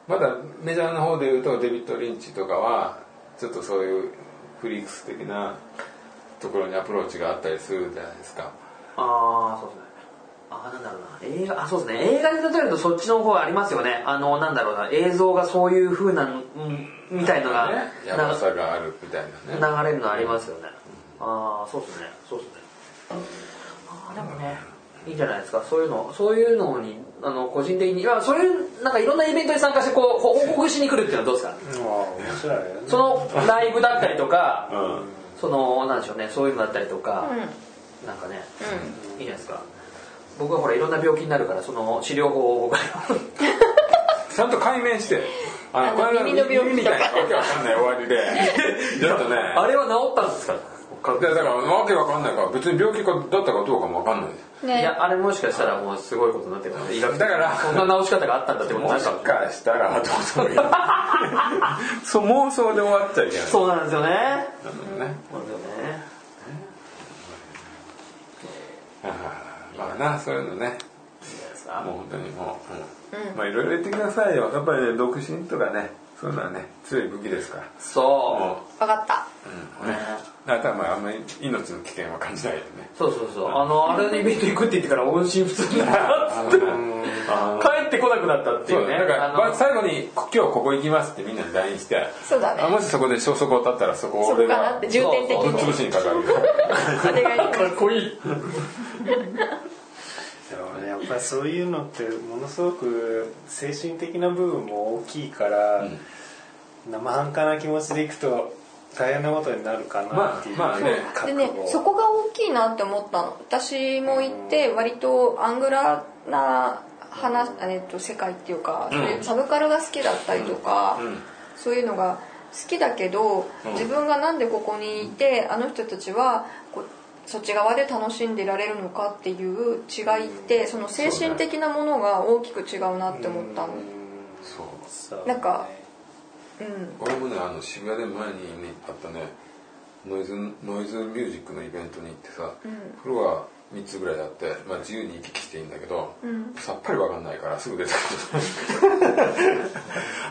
Speaker 1: まだメジャーの方で言うとデビッド・リンチとかはちょっとそういうフリークス的なところにアプローチがあったりするじゃないですか
Speaker 2: ああそうですねああなんだろうな映画あそうですね映画に例えるとそっちの方ありますよねあのなんだろうな映像がそういう風な、うん、みたいのが
Speaker 1: ねやばさがあるみたいなね
Speaker 2: な流れるのありますよねああそうですねそうですねああでもねいいんじゃないですかそういうのそういうのにあの個人的に、まあ、そういうなんかいろんなイベントに参加してこう報告しに来るっていうのはどうですか
Speaker 3: ああ面白いね
Speaker 2: そのライブだったりとか、
Speaker 1: うん
Speaker 2: そのなんでしょうねそういうのだったりとか
Speaker 4: うん、
Speaker 2: なんかねいいじゃないですか僕はほらいろんな病気になるからその治療法を僕は
Speaker 1: ちゃんと解明してあ
Speaker 4: あの
Speaker 1: これ
Speaker 4: 耳の病気
Speaker 1: み
Speaker 4: とか
Speaker 1: たいなわけわかんない終わりで ちょっとね
Speaker 2: あれは治ったんですか
Speaker 1: いやだからわけわかんないから別に病気かだったかどうかもわかんない
Speaker 4: ね
Speaker 2: いやあれもしかしたらもうすごいことになってるから医学的
Speaker 1: だ
Speaker 2: に
Speaker 1: から
Speaker 2: そんな治し方があったんだってこと
Speaker 1: も
Speaker 2: になっ
Speaker 1: したかしたらどうでもいい そう妄想で終わっちゃいけない
Speaker 2: そうなんですよね
Speaker 1: ね
Speaker 2: そうなんですよね
Speaker 1: あーまあなそういうのね
Speaker 2: いいじゃないですか
Speaker 1: もう本当にもう、うんまあいろいろ言ってくださいよやっぱりね独身とかねそういうのはね強い武器ですから
Speaker 2: そ
Speaker 4: 分かった
Speaker 1: うんねだからまああんまり命の危険は感じないよね
Speaker 2: うそうそうそうあのあれのイベント行くって言ってから音信不通になったっつって
Speaker 1: あ
Speaker 2: 帰ってこなくなったってい
Speaker 1: そう
Speaker 2: うね
Speaker 1: だから
Speaker 2: あの
Speaker 1: 最後に「今日ここ行きます」ってみんなに LINE して
Speaker 4: そうだね
Speaker 1: あもしそこで消息を絶ったらそこを
Speaker 4: そこ
Speaker 1: 俺
Speaker 4: か
Speaker 1: が
Speaker 4: なって重点的
Speaker 1: ぶっ
Speaker 4: に
Speaker 1: 潰しにかかる
Speaker 4: お願いし
Speaker 2: かっこいい
Speaker 3: でもねやっぱりそういうのってものすごく精神的な部分も大きいから、生半可な気持ちでいくと大変なことになるかなっていう、
Speaker 1: まあまあね
Speaker 4: ます
Speaker 3: 覚
Speaker 4: で
Speaker 3: 悟
Speaker 4: ねそこが大きいなって思ったの私も行って割とアングラな話、えっと、世界っていうか、そういうサブカルが好きだったりとか、
Speaker 1: うん
Speaker 4: そういうのが好きだけど、自分がなんでここにいてあの人たちはこうそっち側で楽しんでいられるのかっていう違いってその精神的なものが大きく違うなって思ったの。
Speaker 1: そう
Speaker 3: そう
Speaker 4: なんかうん
Speaker 1: 俺もねあの渋谷で前にねあったねノイズノイズミュージックのイベントに行ってさ、フロア3つぐらいあって、まあ、自由に行き来していいんだけど、
Speaker 4: うん
Speaker 1: さっぱり分かんないからすぐ出てくる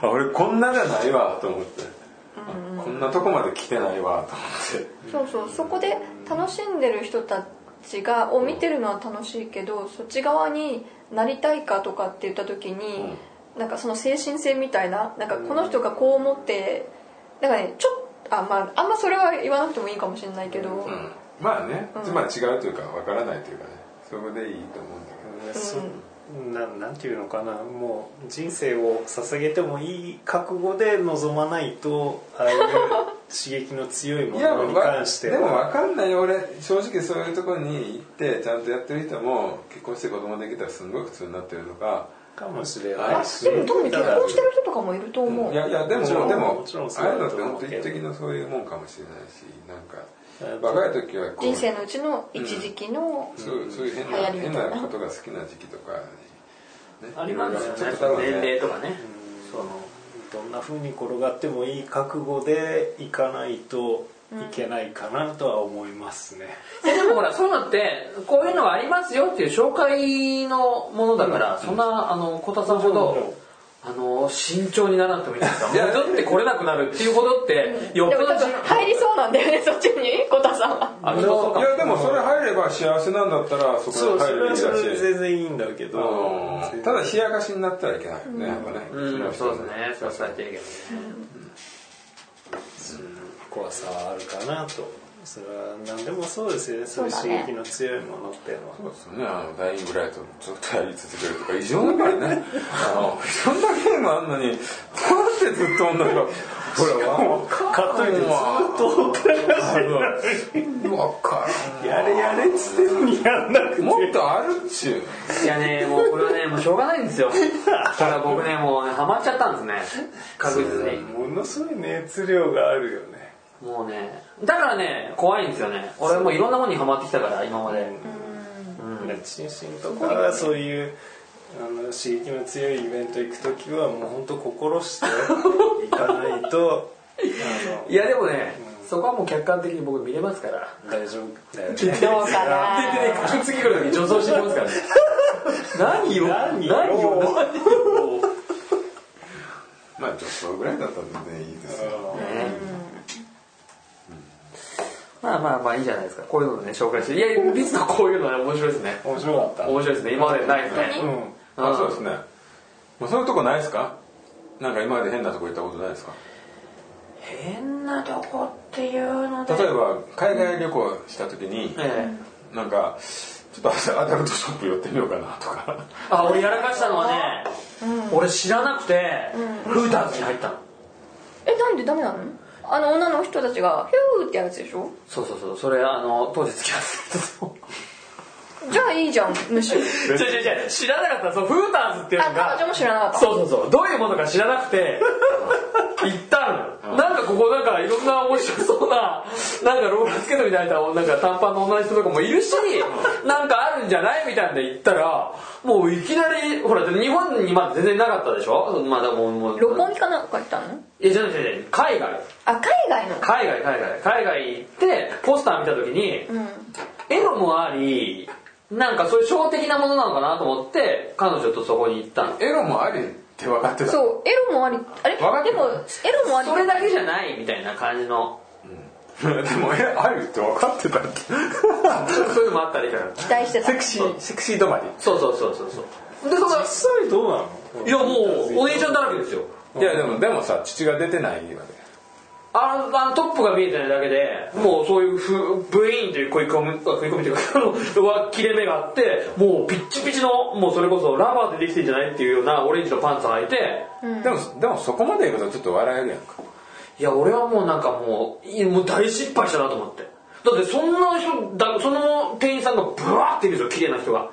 Speaker 1: あ俺こんなじゃないわと思って、あこんなとこまで来てないわと思って
Speaker 4: そうそうそこで楽しんでる人たちがを見てるのは楽しいけどそっち側になりたいかとかって言った時に、なんかその精神性みたいななんかこの人がこう思ってなんかねちょっとあ,、まあ、あんまそれは言わなくてもいいかもしれないけど、
Speaker 1: うんまあね、
Speaker 4: うん
Speaker 1: まあ違うというか分からないというかねそこでいいと思うんだけど
Speaker 3: そななんていうのかなもう人生を捧げてもいい覚悟で臨まないとああいう刺激の強いも
Speaker 1: いや
Speaker 3: のに関して
Speaker 1: わでも
Speaker 3: は
Speaker 1: 分かんないよ俺正直そういうところに行ってちゃんとやってる人も結婚して子供できたらすんごい普通になってるとか
Speaker 3: かもしれ
Speaker 1: あ
Speaker 3: ないし
Speaker 4: でも特に
Speaker 3: た
Speaker 4: 結
Speaker 3: だ
Speaker 4: 婚してる人とかもいると思う、
Speaker 1: いやいやでも
Speaker 3: もちろん
Speaker 1: でも
Speaker 3: もちろんそう
Speaker 1: ああい
Speaker 3: だ
Speaker 1: うのって
Speaker 3: と思
Speaker 1: 本
Speaker 3: う
Speaker 1: 当
Speaker 3: けど
Speaker 1: 一時のそういうもんかもしれないしなんか
Speaker 3: えっと
Speaker 1: 若い時はこう
Speaker 4: 人生のうちの一時期の、
Speaker 1: そうそういう変な
Speaker 4: 流行りみ
Speaker 1: 変
Speaker 4: たいな
Speaker 1: なことが好きな時期とかにね
Speaker 2: ありますよ
Speaker 1: ちょっ
Speaker 2: ね
Speaker 1: と多分
Speaker 2: 年齢とかね
Speaker 3: うん
Speaker 2: その
Speaker 3: どんな風に転がってもいい覚悟でいかないといけないかなとは思いますね、
Speaker 2: えでもほらそういうのってこういうのがありますよっていう紹介のものだから、そんなあの小田さんほど、あの慎重にならなくてもいいですか
Speaker 1: いや
Speaker 2: 戻ってこれなくなるっていうほどってよっ
Speaker 4: で
Speaker 2: ぽ
Speaker 4: も
Speaker 2: ど
Speaker 4: 多
Speaker 2: 自
Speaker 4: 分入りそうなんだよねそっちにコタさんは
Speaker 2: あ
Speaker 1: い
Speaker 2: そうそうか
Speaker 1: やでもそれ入れば幸せなんだったらそ
Speaker 3: そ
Speaker 1: こ
Speaker 3: う
Speaker 1: で
Speaker 3: そ
Speaker 1: 入
Speaker 3: れ
Speaker 1: るべ
Speaker 3: は
Speaker 1: き
Speaker 3: そ
Speaker 1: だ
Speaker 3: れで
Speaker 1: し
Speaker 3: 全然いいんだけど
Speaker 1: うん
Speaker 3: 全然
Speaker 1: ただ冷やかしになってはいけないよねやっぱね
Speaker 2: うんそうですねそれは
Speaker 1: それ
Speaker 2: 最
Speaker 1: は
Speaker 2: 低限ね
Speaker 3: 怖さはあるかなとそれは何でもそうですよねそういう
Speaker 4: そうだ
Speaker 3: 刺
Speaker 4: ね
Speaker 3: 激の強いものっていうのは
Speaker 1: そうですね、あのダイイングライトをずっとやり続けるとか異常だから ねあのいろんなゲームあんのにどうしてずっと女がほらわ
Speaker 3: 買っといてずっとほったらかしい
Speaker 1: 分からん
Speaker 3: やれやれっつってんのにやんなくて
Speaker 1: もっとあるっちゅう
Speaker 2: いやねもうこれはねもうしょうがないんですよただ僕ねもうねハマっちゃったんですね確実に
Speaker 3: ものすごい熱量があるよね
Speaker 2: もうねだからね怖いんですよね俺もういろんなものにハマってきたから今まで、うん
Speaker 3: 心身とかそういうあの刺激の強いイベント行く時はもう本当心して行かないとあ
Speaker 2: いやでもね、そこはもう客観的に僕見れますから
Speaker 3: の大丈夫だよね
Speaker 4: どうか
Speaker 2: で
Speaker 4: な
Speaker 2: ね、次来る時女装してきますからね 何よ
Speaker 3: 何よ
Speaker 2: 何よ何よ
Speaker 1: まあ女装ぐらいだったら全然いいですよ
Speaker 2: まあまあまあいいじゃないですかこういうのね紹介していやリストこういうのね面白いですね
Speaker 3: 面白かった
Speaker 2: 面白いですね今までないですね
Speaker 3: うん
Speaker 1: あそうですねもうそういうとこないですかなんか今まで変なとこ行ったことないですか
Speaker 2: 変なとこっていうので
Speaker 1: 例えば海外旅行した時に
Speaker 2: ええ
Speaker 1: なんかちょっとアダルトショップ寄ってみようかなとか
Speaker 2: あ俺やらかしたのはね、俺知らなくて、フーターズに入ったの
Speaker 4: えなんでダメなのあの女の人たちがヒューってやるやつでしょ
Speaker 2: そうそうそうそれあの当時付き合ってた人
Speaker 4: じゃあいいじゃんむしろ
Speaker 2: 違う違う違う知らなかったそのフーターズっていう
Speaker 4: あ
Speaker 2: の
Speaker 4: 彼
Speaker 2: が
Speaker 4: 女も知らなかった
Speaker 2: そうそうそうどういうものか知らなくて行ったのなんかここなんかいろんな面白そうななんかローラースケートみたいななんか短パンの女の人とかもいるしなんかあるんじゃないみたいなんで行ったらもういきなりほら日本にまだ全然なかったでしょまあでももう
Speaker 4: 六本木かなんか行ったの
Speaker 2: いや違う違う違う海外
Speaker 4: あ海外の
Speaker 2: 海外海外海外行ってポスター見た時に
Speaker 4: うん
Speaker 2: エロもありなんかそういう小的なものなのかなと思って彼女とそこに行ったの
Speaker 1: エロもありって分かってた
Speaker 4: そうエロもありあれで
Speaker 1: 分かってる
Speaker 4: もエロもあり
Speaker 2: それだけじゃないみたいな感じの
Speaker 1: でもえあるって分かってたっけ
Speaker 2: そういうのもあったりから
Speaker 4: 期待して た
Speaker 1: セクシーセクシー止まり
Speaker 2: そうそうそうそうそうでそ
Speaker 3: 実
Speaker 2: の
Speaker 3: 際どうないの
Speaker 2: やもうお姉ちゃんだらけですよ
Speaker 1: いやでもでもさ父が出てないわ
Speaker 2: あのあのトップが見えてないだけでもうそういうふブイーンという食い込みあ食い込みというかあのわ切れ目があってもうピッチピチのもうそれこそラバーでできてんじゃないっていうようなオレンジのパンツ履いて
Speaker 1: け、でもでもそこまでいくとちょっと笑えるやんか
Speaker 2: いや俺はもうなんかもういやもう大失敗したなと思ってだってそんな人だその店員さんがブワーっているんですよ綺麗な人が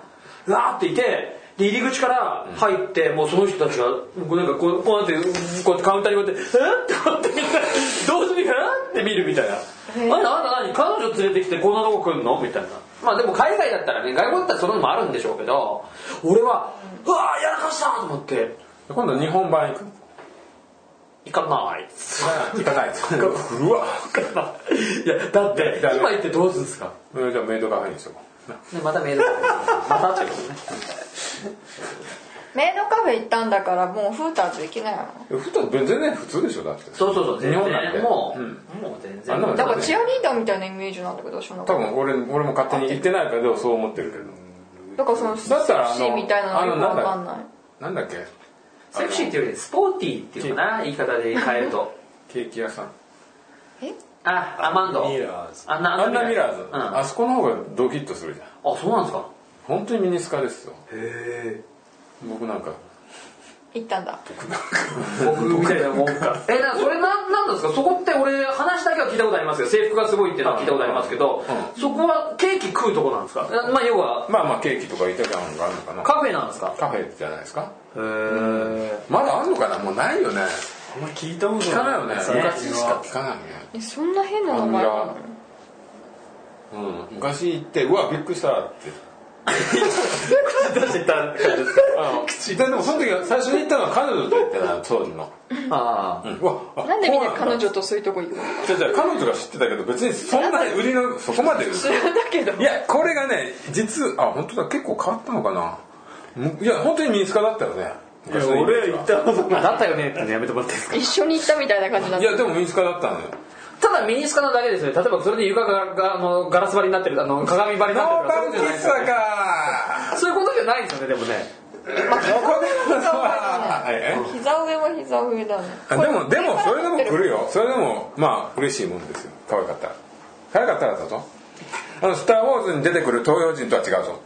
Speaker 2: うわーっていてで入り口から入って、もうその人たちがこうなんかこうこうやってこうやってカウンターにこうやって「えっ?」てこうやってみんな同時に「えっ?」て見るみたいな「
Speaker 4: へー
Speaker 2: あなたあなた何彼女連れてきてこんなとこ来んの?」みたいなまあでも海外だったらね外国だったらそののもあるんでしょうけど俺は「うわーやらかした!」と思って
Speaker 1: 今度日本版行く
Speaker 2: 「行かない」
Speaker 1: 行かないですうわ
Speaker 2: いやだって今行ってどうするんですか
Speaker 1: それじゃあメイドカフェにしとこう
Speaker 2: でまたメールが来るまたってことね
Speaker 4: メイドカフェ行ったんだからもうフーターズ行きなよ
Speaker 1: ふと全然普通でしょだって
Speaker 2: そうそうそう
Speaker 1: 日
Speaker 2: 全
Speaker 1: 本なんて
Speaker 2: 然もう、
Speaker 1: ん
Speaker 2: もう全
Speaker 1: あんなの
Speaker 2: 然
Speaker 4: だからチアリーダーみたいなイメージなんだけど私の
Speaker 1: 多分俺俺も勝手に言ってないけどそう思ってるけど
Speaker 4: だからそのセ
Speaker 1: だ
Speaker 4: ク
Speaker 1: ったらあの
Speaker 4: シーみたいなのよくわかんない
Speaker 1: なんだっけ
Speaker 2: セクシーっていうよりスポーティーっていうかな言い方で変えると
Speaker 1: ケーキ屋さん
Speaker 4: え
Speaker 2: あアマンド
Speaker 3: ミラーズ
Speaker 2: アンナ
Speaker 1: アンナ・ミラーズ、
Speaker 2: うん、あ
Speaker 1: あそこの方がドキッとするじゃん
Speaker 2: そうなんですか
Speaker 1: 本当にミニスカですよ
Speaker 2: へえ
Speaker 1: 僕なんか
Speaker 4: 行ったんだ
Speaker 2: 僕みたいなもんか えなそれなんなんですかそこって俺話だけは聞いたことありますけど制服がすごいっていうのは聞いたことありますけど、そこはケーキ食うとこなんですかえまあ要は
Speaker 1: まあまあケーキとかイタリアンがあるのかな
Speaker 2: カフェなんですか
Speaker 1: カフェじゃないですか
Speaker 2: へえ
Speaker 1: まだあんのかなもうないよね
Speaker 3: あんま聞いたこと
Speaker 1: 聞かないよね
Speaker 3: 最近は
Speaker 1: 昔しか聞かないよね
Speaker 4: えそんな変な名前なの
Speaker 1: うん、昔行ってうわびっくりしたって
Speaker 3: どうしてた
Speaker 1: あ の口ででもその時は最初に行ったのは彼女と行ったな当時の、
Speaker 2: ああ
Speaker 1: うん、うわあ
Speaker 4: なんでみんな
Speaker 1: こう
Speaker 4: 彼
Speaker 1: だ
Speaker 4: 女とそういうとこ行くの
Speaker 1: じゃあじゃあ彼女が知ってたけど別にそんな売りのそこまで売る
Speaker 4: 知らんだけど
Speaker 1: いやこれがね実あ本当だ結構変わったのかなむいや本当にミニスカだったよね
Speaker 3: いや俺は行ったことない
Speaker 2: だったよねってやめてもらっていいですか
Speaker 4: 一緒に行ったみたいな感じだっ
Speaker 1: い
Speaker 4: た
Speaker 1: やでもミニスカだったのよ
Speaker 2: ただミニスカなだけですね例えばそれで床ががあのガラス張りになってるあの鏡張りになってるとかそういうことじゃないですよね
Speaker 1: か
Speaker 2: そういうことじゃないですよねでもね
Speaker 1: はい
Speaker 4: 膝上は膝上だね
Speaker 1: あでもでもそれでも来るよそれでもまあ嬉しいもんですよ可愛かったら可愛かったらだぞあの「スター・ウォーズ」に出てくる東洋人とは違うぞ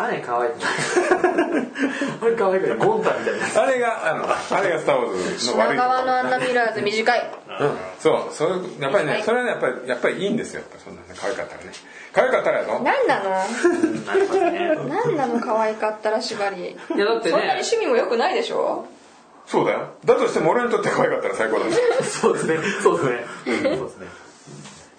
Speaker 2: あれ可愛い あれ可愛いからゴンタみたいな
Speaker 1: あれがあのあれが「スター・ウォーズ」の悪
Speaker 4: 品
Speaker 1: いとこ
Speaker 4: 川のアンナミラーズ短い
Speaker 1: うんそうそれやっぱりねそれはねやっぱりやっぱりいいんですよやっぱそんなね可愛かったらね可愛かったらやぞ
Speaker 4: 何なの
Speaker 2: なりますね
Speaker 4: 何なの可愛かったら縛り
Speaker 2: いやだって
Speaker 4: そんなに
Speaker 2: ね
Speaker 4: 趣味も良くないでしょ
Speaker 1: そうだよだとしても俺にとって可愛かったら最高だね
Speaker 2: そうですねそうですねそうですね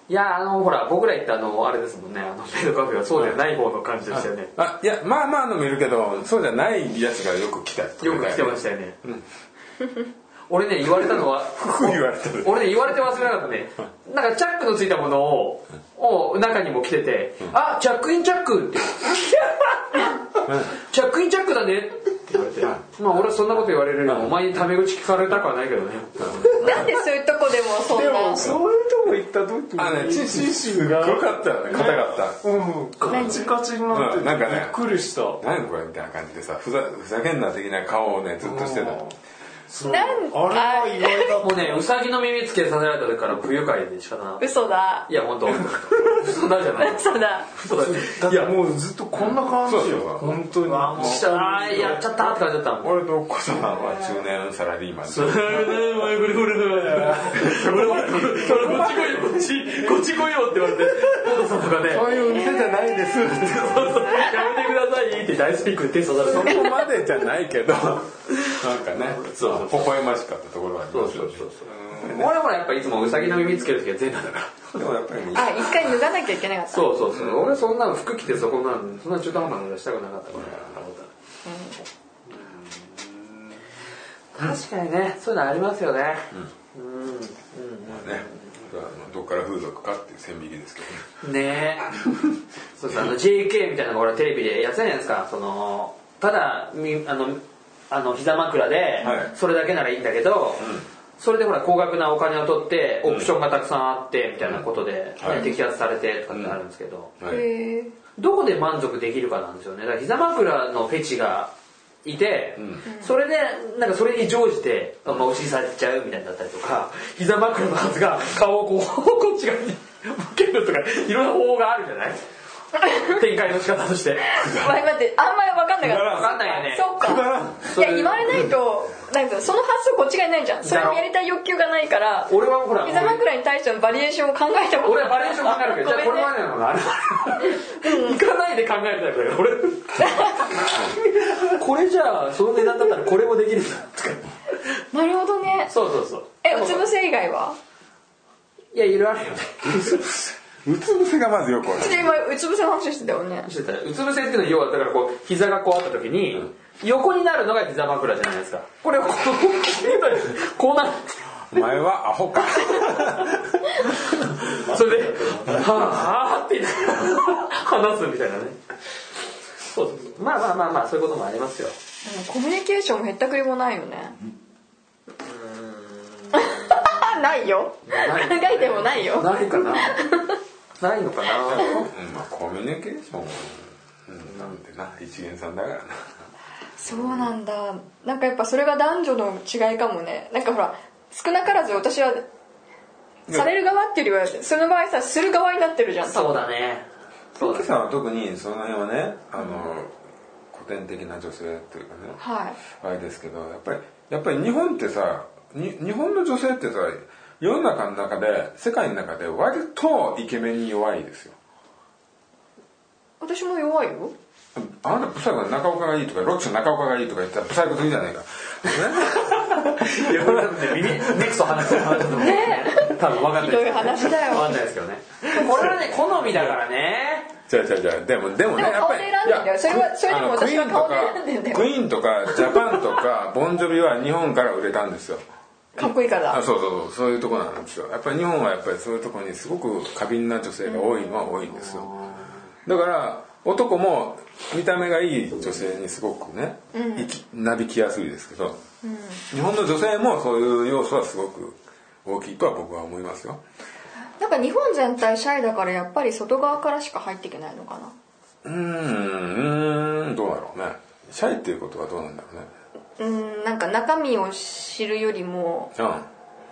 Speaker 2: いやあのほら僕ら行ったあのあれですもんねあのメイドカフェはそうじゃない方の感じでしたよね
Speaker 1: あいやまあまあのもいるけどそうじゃないやつがよく来たよ
Speaker 2: よく来てま
Speaker 1: し
Speaker 2: したよね 俺ね言われたのは
Speaker 1: た言われてる
Speaker 2: 俺ね言われて忘れなかったねなんかチャックのついたものをを中にも着てて「あチャックインチャック」って「チャックインチャックだね」って言われてまあ俺はそんなこと言われるよりもお前にタメ口聞かれたくはないけどね
Speaker 4: なんでそういうとこでもそん
Speaker 3: でも
Speaker 4: な
Speaker 3: そういうとこ行った時に
Speaker 1: あねチンチンチンすごかったよね硬かった
Speaker 3: うんカチカチになってて
Speaker 1: うんなんかね
Speaker 3: びっくりした
Speaker 1: 何これみたいな感じでさふざふざけんな的な顔をねずっとしてた
Speaker 3: そう
Speaker 4: な
Speaker 3: あ
Speaker 4: ん
Speaker 3: れは意外だった
Speaker 2: もうねウサギの耳つけさせられた時から不愉快で仕方ない
Speaker 4: 嘘だ
Speaker 2: いや本当嘘だじゃない
Speaker 4: 嘘だ
Speaker 2: 嘘だ
Speaker 3: いやもうずっとこんな感じ
Speaker 1: そうそう
Speaker 3: よ本当に
Speaker 2: あもうあーやっちゃったって感じだったもん
Speaker 1: 俺とお子さんは中年サラリーマン
Speaker 2: それはこれこれこれ俺はこれそれこっち来いよこっちこっち来いよって言われてお父さんとかね
Speaker 1: そういう店じゃないです
Speaker 2: そうそうやめてくださいって大スピークってそう
Speaker 1: そ
Speaker 2: そう
Speaker 1: こまでじゃないけどなんかね
Speaker 2: そう
Speaker 1: 微笑ましかったところはありますよね
Speaker 2: そう俺ほらやっぱいつもウサギの耳つける時は全裸だから
Speaker 1: でもやっぱりね
Speaker 4: あ一回脱がなきゃいけなかった
Speaker 2: そうそうそう俺そんなの服着てそこなんそんな中途半端なことしたくなかったから確かにねそういうのありますよねうんうん
Speaker 1: ねどっから風俗かっていう線引きですけどね
Speaker 2: ねえそうそうあの JK みたいなのがほらテレビでやってたじゃないですかそのただみあのあの膝枕で
Speaker 1: はい
Speaker 2: それだけならいいんだけど、それでほら高額なお金を取ってオプションがたくさんあってみたいなことで、ね
Speaker 1: はい
Speaker 2: 摘発されてとかってあるんですけど、
Speaker 1: はい
Speaker 4: へえ
Speaker 2: どこで満足できるかなんですよねだから膝枕のフェチがいて、
Speaker 1: ん
Speaker 2: それでなんかそれに乗じて、あまあ、お尻されちゃうみたいになったりとか膝枕のはずが顔をこう こっち側に向けるとかいろんな方法があるじゃない展開の仕方として
Speaker 4: 待って待ってあんまり分かんな
Speaker 1: くだ
Speaker 4: からっ
Speaker 1: ん
Speaker 2: 分かんないよね
Speaker 4: たそっ
Speaker 1: くだら
Speaker 4: か
Speaker 1: ん
Speaker 4: いや言われないとなんかその発想こっちがいないじゃんそれをやりたい欲求がないから
Speaker 2: 俺はほら
Speaker 4: 膝枕に対してのバリエーションを考えたこと
Speaker 2: 俺はバリエーション考えるけどじゃあこ
Speaker 4: ご
Speaker 2: れ
Speaker 4: めん
Speaker 2: ま
Speaker 4: ね
Speaker 2: でのがあれ行かないで考えるタイプだから俺これじゃあその値段だったらこれもできるんだとか
Speaker 4: なるほどね
Speaker 2: そうそうそう
Speaker 4: えうつ伏せ以外はい
Speaker 2: やいろいろあるよね
Speaker 1: うつ伏せがまずよくわか
Speaker 4: ちょ
Speaker 1: る
Speaker 4: っと今うつ伏せの話してたよね
Speaker 2: してたうつ伏せっていうのは要はだからこう膝がこうあった時に、横になるのが膝枕じゃないですかこれをこうこうこうなる
Speaker 1: お前はアホか
Speaker 2: それで「はあはあ」って言って話すみたいなねそうそうそうまあまあまあまあそういうこともありますよ
Speaker 4: コミュニケーションへったくりもないよね ないよ
Speaker 2: ない
Speaker 4: 考えてもないよ
Speaker 2: ないかなないのかな
Speaker 1: うんまあコミュニケーションうんなんてな一元さんだからな
Speaker 4: そうなんだなんかやっぱそれが男女の違いかもねなんかほら少なからず私はされる側っていうよりはその場合さする側になってるじゃん多分
Speaker 2: そうだねそ
Speaker 1: ロ
Speaker 2: う
Speaker 1: ケ
Speaker 2: だね
Speaker 1: さんは特にその辺はねあの古典的な女性というかね
Speaker 4: はい
Speaker 1: あれですけどやっぱりやっぱり日本ってさに日本の女性ってさ世の中の中で世界の中で割とイケメンに弱いですよ
Speaker 4: 私も弱いよ
Speaker 1: あなたブサイクな中岡がいいとかロッチの中岡がいいとか言ったらブサイクすぎじゃないか、ね、
Speaker 2: いやミニネクスト話す話すのね多分分かんない
Speaker 4: ひどい話だよ
Speaker 2: 分かんないですけどねこれはね好みだからね
Speaker 1: じゃあじゃあじゃあでもでもね
Speaker 4: でも
Speaker 1: やっぱり
Speaker 4: 顔で選んでんだよ
Speaker 1: いや
Speaker 4: それはそれでも
Speaker 1: あの
Speaker 4: 私は顔で選んでんだよ
Speaker 1: クイーンとかクイーンとかジャパンとかボンジョビは日本から売れたんですよ
Speaker 4: かっこいいから
Speaker 1: あそうそうそうそういうとこなんですよやっぱり日本はやっぱりそういうとこにすごく過敏な女性が多いのは多いんですよ、だから男も見た目がいい女性にすごくね、いきなびきやすいですけど、日本の女性もそういう要素はすごく大きいとは僕は思いますよ
Speaker 4: なんか日本全体シャイだからやっぱり外側からしか入っていけないのか
Speaker 1: う
Speaker 4: な
Speaker 1: ーんうーんどうだろうねシャイっていうことはどうなんだろうね
Speaker 4: うんなんか中身を知るよりも
Speaker 1: うん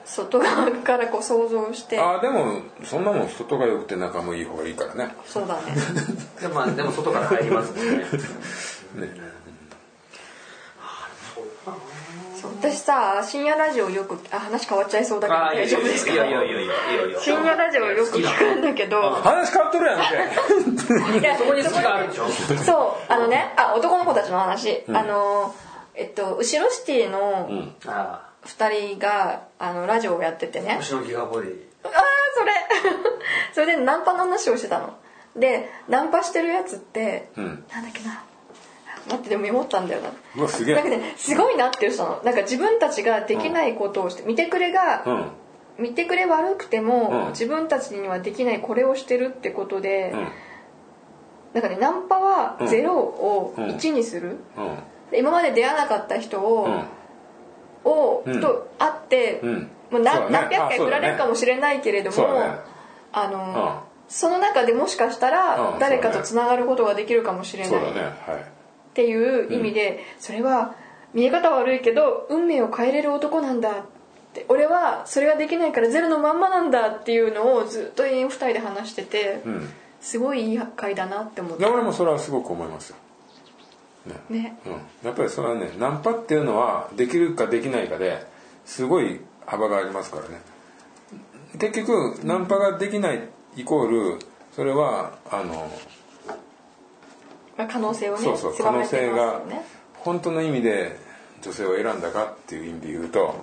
Speaker 4: 外側からこう想像して
Speaker 1: あーでもそんなもん外が良くて中もいい方がいいからね
Speaker 4: そうだね
Speaker 2: でもまあでも外から入りますもんね
Speaker 1: ね
Speaker 4: そう私さ深夜ラジオよくあ話変わっちゃいそうだけど
Speaker 2: ああいやい
Speaker 4: 大丈
Speaker 2: や
Speaker 4: 夫ですか
Speaker 2: いやいやいやいやいやいや
Speaker 4: 深夜ラジオよく聞くんだけど
Speaker 1: 話変わっとるやんけ
Speaker 4: いや
Speaker 2: そこに好きがあるでしょ
Speaker 4: そうあのねあ男の子たちの話、あのえっと後ろシティの
Speaker 1: ん
Speaker 2: あ
Speaker 4: 2人があのラジオをやっててね、
Speaker 2: あ星のギガボディ
Speaker 4: あーそれ それでナンパの話をしてたのでナンパしてるやつって、
Speaker 1: うん
Speaker 4: なんだっけな待ってでもメモったんだよな
Speaker 1: うわすげ
Speaker 4: なんか
Speaker 1: え
Speaker 4: ねすごいなっていう人なのなんか自分たちができないことをして、見てくれが、
Speaker 1: うん
Speaker 4: 見てくれ悪くても、
Speaker 1: うん
Speaker 4: 自分たちにはできないこれをしてるってことで、
Speaker 1: うん
Speaker 4: なんかねナンパは
Speaker 1: うん
Speaker 4: 0を1にする、
Speaker 1: うん
Speaker 4: で今まで出会わなかった人を、を、
Speaker 1: うん
Speaker 4: と会って、
Speaker 1: うんうん
Speaker 4: もうな
Speaker 1: そうだね
Speaker 4: 何百回
Speaker 1: あそう
Speaker 4: 振
Speaker 1: だ
Speaker 4: ら
Speaker 1: ね
Speaker 4: れるかもしれないけれども、
Speaker 1: そうだね
Speaker 4: あの、
Speaker 1: うん
Speaker 4: その中でもしかした
Speaker 1: う
Speaker 4: ら
Speaker 1: ん
Speaker 4: 誰かとつながることができるかもしれ
Speaker 1: そう
Speaker 4: ない
Speaker 1: だ
Speaker 4: っ
Speaker 1: ねはい
Speaker 4: ていう意味で、それは見え方悪いけど運命を変えれる男なんだって俺はそれができないからゼロのまんまなんだっていうのをずっと永遠二人で話してて、
Speaker 1: うん
Speaker 4: すごいいい回だなって思っ
Speaker 1: で
Speaker 4: て
Speaker 1: 俺もそれはすごく思いますよ、
Speaker 4: ね
Speaker 1: うん、やっぱりそれはねナンパっていうのはできるかできないかですごい幅がありますからね結局ナンパができないイコールそれはあの
Speaker 4: まあ、可能性をね
Speaker 1: そうそう
Speaker 4: 狭
Speaker 1: 可能
Speaker 4: めて
Speaker 1: 性
Speaker 4: ます
Speaker 1: が
Speaker 4: よね
Speaker 1: 本当の意味で女性を選んだかっていう意味で言うと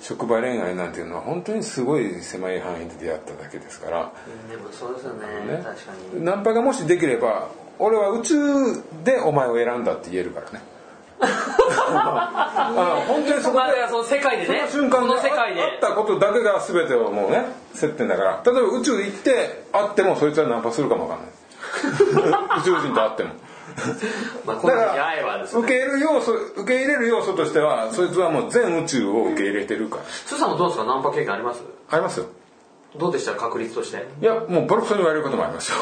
Speaker 1: 職場恋愛なんていうのは本当にすごい狭い範囲で出会っただけですから、
Speaker 2: でもそうですよね
Speaker 1: ね
Speaker 2: 確かに
Speaker 1: ナンパがもしできれば俺は宇宙でお前を選んだって言える からねあの本当にそこ
Speaker 2: まあだからその世界でね
Speaker 1: その瞬間
Speaker 2: こ
Speaker 1: に
Speaker 2: の世界で
Speaker 1: ああったことだけが全てをもうね接点だから例えば宇宙行って会ってもそいつはナンパするかもわかんない 宇宙人と会っても
Speaker 2: まあこ
Speaker 1: だ
Speaker 2: の
Speaker 1: か
Speaker 2: 出
Speaker 1: ら
Speaker 2: 会えばです
Speaker 1: 受
Speaker 2: ね
Speaker 1: け入れる要素受け入れる要素としてはそいつはもう全宇宙を受け入れてるから
Speaker 2: スーさんもどうですかナンパ経験あります
Speaker 1: ありますよ
Speaker 2: どうでした確率として
Speaker 1: いやもうボロクソに言われることもありますよ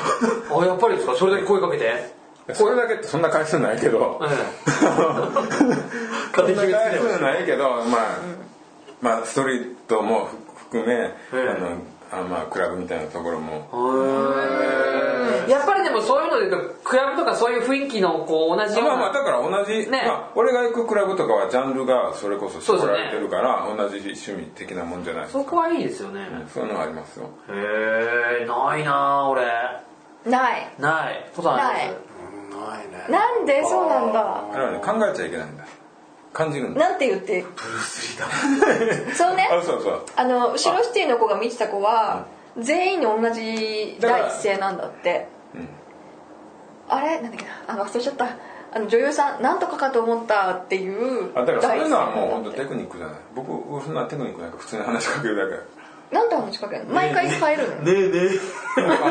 Speaker 2: あやっぱりですかそれだけ声かけて
Speaker 1: それだけってそんな回数ないけど
Speaker 2: え
Speaker 1: 勝手に決めつけてないけど、まあ、まあストリートも含め、あのあまあクラブみたいなところも、
Speaker 2: えやっぱりでもそういうので言うとクラブとかそういう雰囲気のこう同じよう
Speaker 1: まあまあ
Speaker 2: な
Speaker 1: だから同じ、
Speaker 2: ね
Speaker 1: まあ、俺が行くクラブとかはジャンルがそれこそ
Speaker 2: そうです
Speaker 1: 絞
Speaker 2: ね
Speaker 1: られてるから、同じ趣味的なもんじゃない
Speaker 2: そこはいいですよね
Speaker 1: そういうのがありますよ
Speaker 2: へえないなあ俺
Speaker 4: ない
Speaker 2: ないことないです
Speaker 3: ないね
Speaker 4: なんでそうなんだ
Speaker 1: だからね考えちゃいけないんだ感じるんだ
Speaker 4: なんて言って
Speaker 1: ブルース・リーだ
Speaker 4: そ うね
Speaker 1: あそうそう
Speaker 4: あの後ろシティの子が見てた子は全員に同じ第一声なんだってあれなんだっけなあ忘れちゃったあの女優さんなんとかかと思ったっていう
Speaker 1: あだからそういうのはもう本当
Speaker 4: 第一
Speaker 1: テクニックじゃない僕そんなテクニックなんか普通に話しかけるだけ
Speaker 4: なんで話しかけるの毎回変えるのね
Speaker 3: ねえね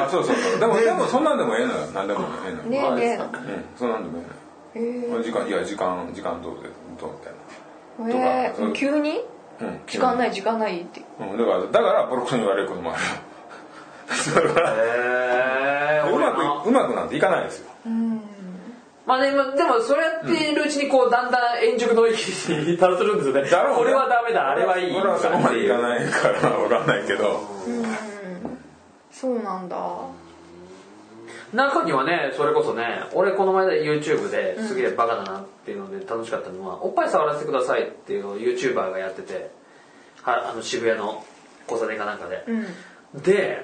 Speaker 1: あそうそうそうでもでもそんなんでもええのよ何でもええのよ、
Speaker 4: ねえね
Speaker 1: うんそんなんでもえ
Speaker 4: えへ
Speaker 1: えのよ時間いや時間時間どうでどうみたい
Speaker 4: えへえ
Speaker 1: とか
Speaker 4: 急に
Speaker 1: なうん、
Speaker 4: 時間ないい時間ないって
Speaker 1: うん、だからだからボロクソに言われること もあるそれは
Speaker 2: へえ
Speaker 1: うまくうまくなんていかないですよ
Speaker 4: うん
Speaker 2: まあね、まあでもそれやっているうちにこうだんだん円熟の域に 達するんですよね
Speaker 1: だろうね
Speaker 2: これはダメだあれはいい
Speaker 1: 俺はそこまでいかないから分かんないけど
Speaker 4: うんそうなんだ
Speaker 2: 中にはねそれこそね俺この前で YouTube ですげえバカだなっていうので楽しかったのは、おっぱい触らせてくださいっていうのを YouTuber がやっててはあの渋谷の交差点かなんかで、
Speaker 4: うん
Speaker 2: で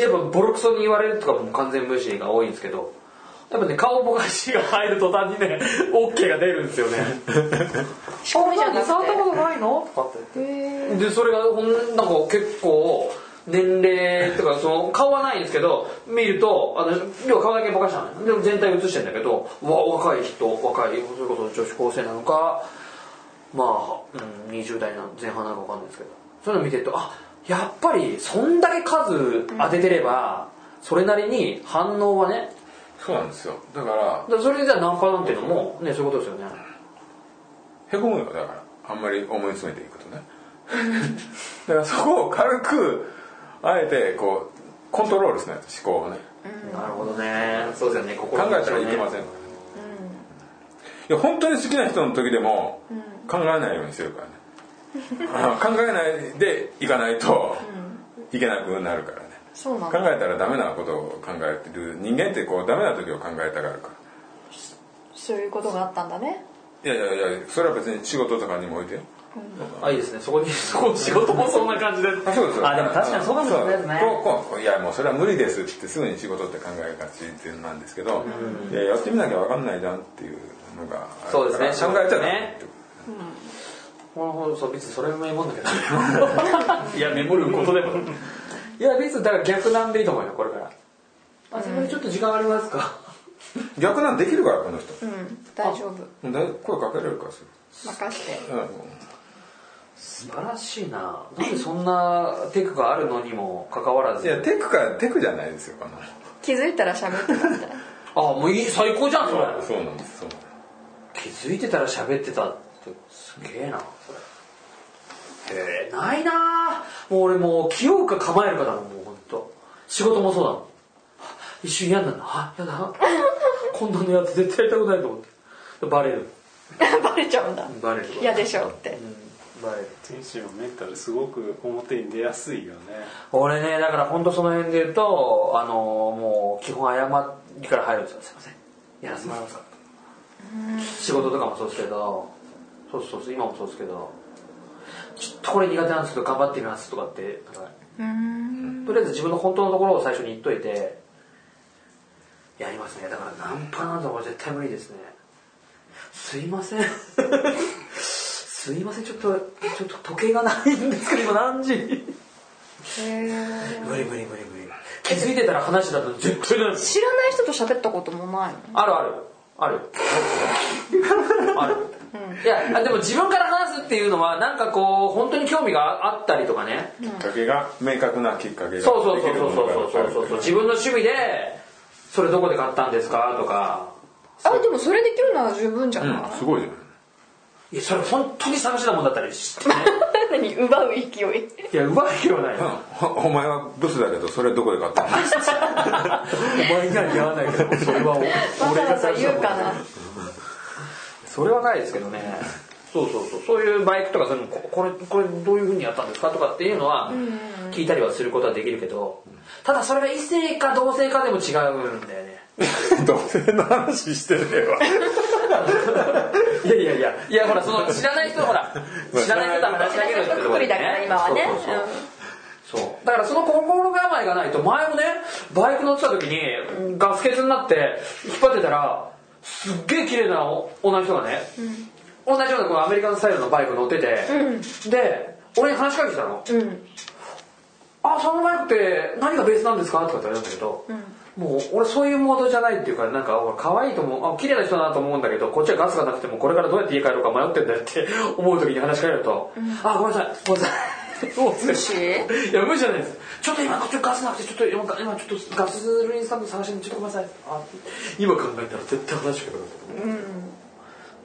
Speaker 2: やっぱボロクソに言われるとかも完全無視が多いんですけどやっぱね顔ぼかしが入る途端にね OK が出るんですよね「
Speaker 4: 仕込みじゃな
Speaker 2: あ
Speaker 4: くて
Speaker 2: ん触ったことないの?」とかって
Speaker 4: へえ
Speaker 2: でそれがほんなんか結構年齢とかその顔はないんですけど見るとあの要は顔だけぼかしたのねでも全体映してんだけどうわ若い人若いそれこそ女子高生なのかまあ、うん、20代の前半なのか分かんないですけどそういうの見てるとあやっぱりそんだけ数当ててれば、それなりに反応はね
Speaker 1: そうなんですよだから
Speaker 2: だからそれでじゃあナンパなんていうのもねそういうことですよね
Speaker 1: へこむよだからあんまり思い詰めていくとね だからそこを軽くあえてこうコントロールしないと思考をね
Speaker 2: なるほどねそうですよね
Speaker 1: 考
Speaker 2: 心
Speaker 1: え
Speaker 2: の持ち
Speaker 1: た
Speaker 2: よ
Speaker 1: ら
Speaker 2: う
Speaker 1: い
Speaker 2: ね
Speaker 1: けません、いや本当に好きな人の時でも考えないようにしてるからねあの考えないでいかないといけなくなるからね
Speaker 4: そうなん
Speaker 1: 考
Speaker 4: だ
Speaker 1: えたらダメなことを考えてる人間ってこうダメな時を考えたがるから
Speaker 4: そういうことがあったんだね
Speaker 1: いやいやいやそれは別に仕事とかにもおいてよ
Speaker 2: あいいですねそこに そこ仕事もそんな感じで
Speaker 1: あそうです
Speaker 2: あでも確かにそうかもしれないですね
Speaker 1: そうこうこういやもうそれは無理ですってすぐに仕事って考えがちなんですけど、いややってみなきゃ分かんないじゃんっていうのがあるから
Speaker 2: そうですね
Speaker 1: 考えちゃダメ
Speaker 2: ね
Speaker 1: ってこ
Speaker 2: ほらほらそう別にそれもメモんだけど いやメモることでもいや別にだから逆なんでいいと思うよこれからあそこにちょっと時間ありますか
Speaker 1: と逆なんできるからこの人
Speaker 4: うん大丈夫
Speaker 1: だい声かけられるからす
Speaker 4: 任して
Speaker 1: る、うん
Speaker 2: 素晴らしいななんでそんなテクがあるのにもかかわら
Speaker 1: い
Speaker 2: ず
Speaker 1: やテクかテクじゃないですよこの
Speaker 4: 気づいたら喋ってたみたいな
Speaker 2: あもういい最高じゃんそれ
Speaker 1: そうなんですそうなんで
Speaker 2: 気づいてたら喋ってたってすげえなそれへえないなもう俺もう気負うか構えるかだもんもうほんと仕事もそうだもん一瞬嫌になるなあやだ こんなのやつ絶対やりたくないと思ってバレる
Speaker 4: バレちゃうんだ
Speaker 2: バレる
Speaker 4: 嫌でしょって
Speaker 2: うんバレる
Speaker 3: 天使のメンタルすごく表に出やすいよね
Speaker 2: 俺ねだからほんとその辺で言うとあのもう基本謝りから入るんですよすいませんやらせてもらえますか仕事とかもそうですけどそうそうそう今もそうですけどちょっとこれ苦手なんですけど頑張ってみますとかってなんか
Speaker 4: うん
Speaker 2: とりあえず自分の本当のところを最初に言っといてやりますねだからナンパなんてこれ絶対無理ですねすいません すいませんちょっとちょっと時計がないんですけど今何時
Speaker 4: へえ
Speaker 2: 無理無理無理無理気づいてたら話だと絶対なんです
Speaker 4: 知らない人と喋ったこともないの
Speaker 2: あるあるあるある、いやでも自分から話すっていうのはなんかこう本当に興味があったりとかね、
Speaker 1: すきっかけが明確なきっかけができる
Speaker 2: そうそうそう
Speaker 1: も
Speaker 2: そう
Speaker 1: の
Speaker 2: そう
Speaker 1: が
Speaker 2: そうそうそう自分の趣味でそれどこで買ったんですかとか
Speaker 4: あでもそれできるなら十分じゃない、
Speaker 1: うんすごいじゃん
Speaker 2: いやそれ本当に探してたもんだったりしてね
Speaker 4: 何奪う勢い
Speaker 2: いや奪う気はないよ
Speaker 1: うんお前はブスだけどそれどこで買ったの
Speaker 2: お前以外にやらないけどそれはお
Speaker 4: わざ
Speaker 2: 俺
Speaker 4: わ
Speaker 2: が
Speaker 4: ざ
Speaker 2: 探して
Speaker 4: 言
Speaker 2: たも
Speaker 4: う
Speaker 2: ん
Speaker 4: かな
Speaker 2: それはないですけどねそうそうそうそういうバイクとかそういうのここれこれどういうふうにやったんですかとかっていうのは聞いたりはすることはできるけどただそれが異性か同性かでも違うんだよね
Speaker 1: 同性の話してねえわ
Speaker 2: いやいやいやいやほらその知らない人ほら知らない人と話しかけるってところ
Speaker 4: くりだから今はね
Speaker 2: そうそうそうそうだからその心構えがないと前もねバイク乗ってた時にガス欠になって引っ張ってたらすっげえ綺麗な女の人がね、同じようなこのアメリカンスタイルのバイク乗ってて、で俺に話しかけてきたの
Speaker 4: うんうん
Speaker 2: あそのバイクって何がベースなんですか?」とかって言われるんだけど、もう俺そういうモードじゃないっていうかなんか俺可愛いと思うあ綺麗な人だなと思うんだけどこっちはガスがなくてもこれからどうやって家帰ろうか迷ってんだよって 思う時に話しかけると「あごめんなさいごめんなさい」もう
Speaker 4: 無視
Speaker 2: いや無視じゃないですちょっと今こっちガスなくてちょっと今今ちょっとガスルインスタンド探してんでちょっとごめんなさいあ今考えたら絶対話しかけなかった
Speaker 4: うん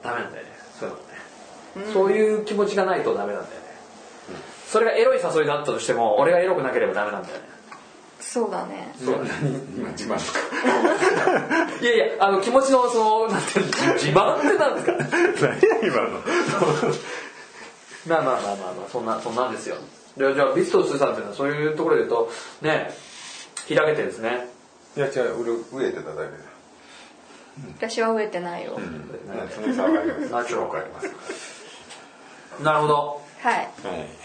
Speaker 2: ダメなんだよねそういうのね、そういう気持ちがないとダメなんだよね、それがエロい誘いだったとしても俺がエロくなければダメなんだよね
Speaker 4: そうだね
Speaker 1: そう何今自慢とか
Speaker 2: いやいやあの気持ちのそのなんていうの自慢ってなんですか
Speaker 5: 何や今の
Speaker 2: まあまあまあまあまあそんなそんなんですよでじゃあビストスーさんっていうのはそういうところで言うとね開けてですね
Speaker 1: いや違う俺飢えてただけだ
Speaker 4: 私は飢えてないよ
Speaker 1: うんその差はあり ます
Speaker 2: ナチュラル
Speaker 1: わかります
Speaker 2: なるほど
Speaker 4: はい
Speaker 1: はい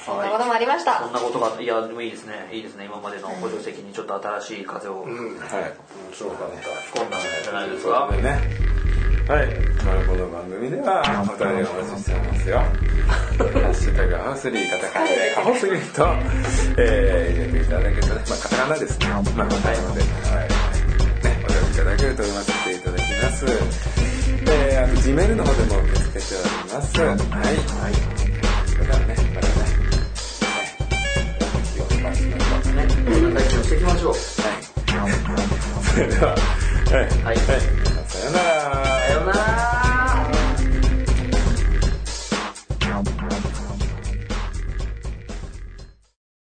Speaker 4: そんなこともありまし
Speaker 2: そん
Speaker 4: た
Speaker 2: なことがいやでもいいですねいいですね今までの補助席にちょっと新しい風を
Speaker 3: うん
Speaker 1: はい面白かった
Speaker 2: 吹き込んだんじゃないです
Speaker 1: そ
Speaker 2: か
Speaker 1: うですね。はい、まあ、この番組ではお便りをお待ちしておりますよ。ハッシュタグハウスリーカタカナでハウスリーと、えー、入れていただけるとね、まあ、カタカナですね。まあ、またいので、はい、ね、お便りいただけると読ませていただきます。えー、あと G メールの方でも受け付けております。はい、はい、それではね、またね、はい、お気を回しましょう。
Speaker 2: ねこんな 体験をしていきましょう
Speaker 1: それでは、はい、
Speaker 2: はい
Speaker 1: さようなら。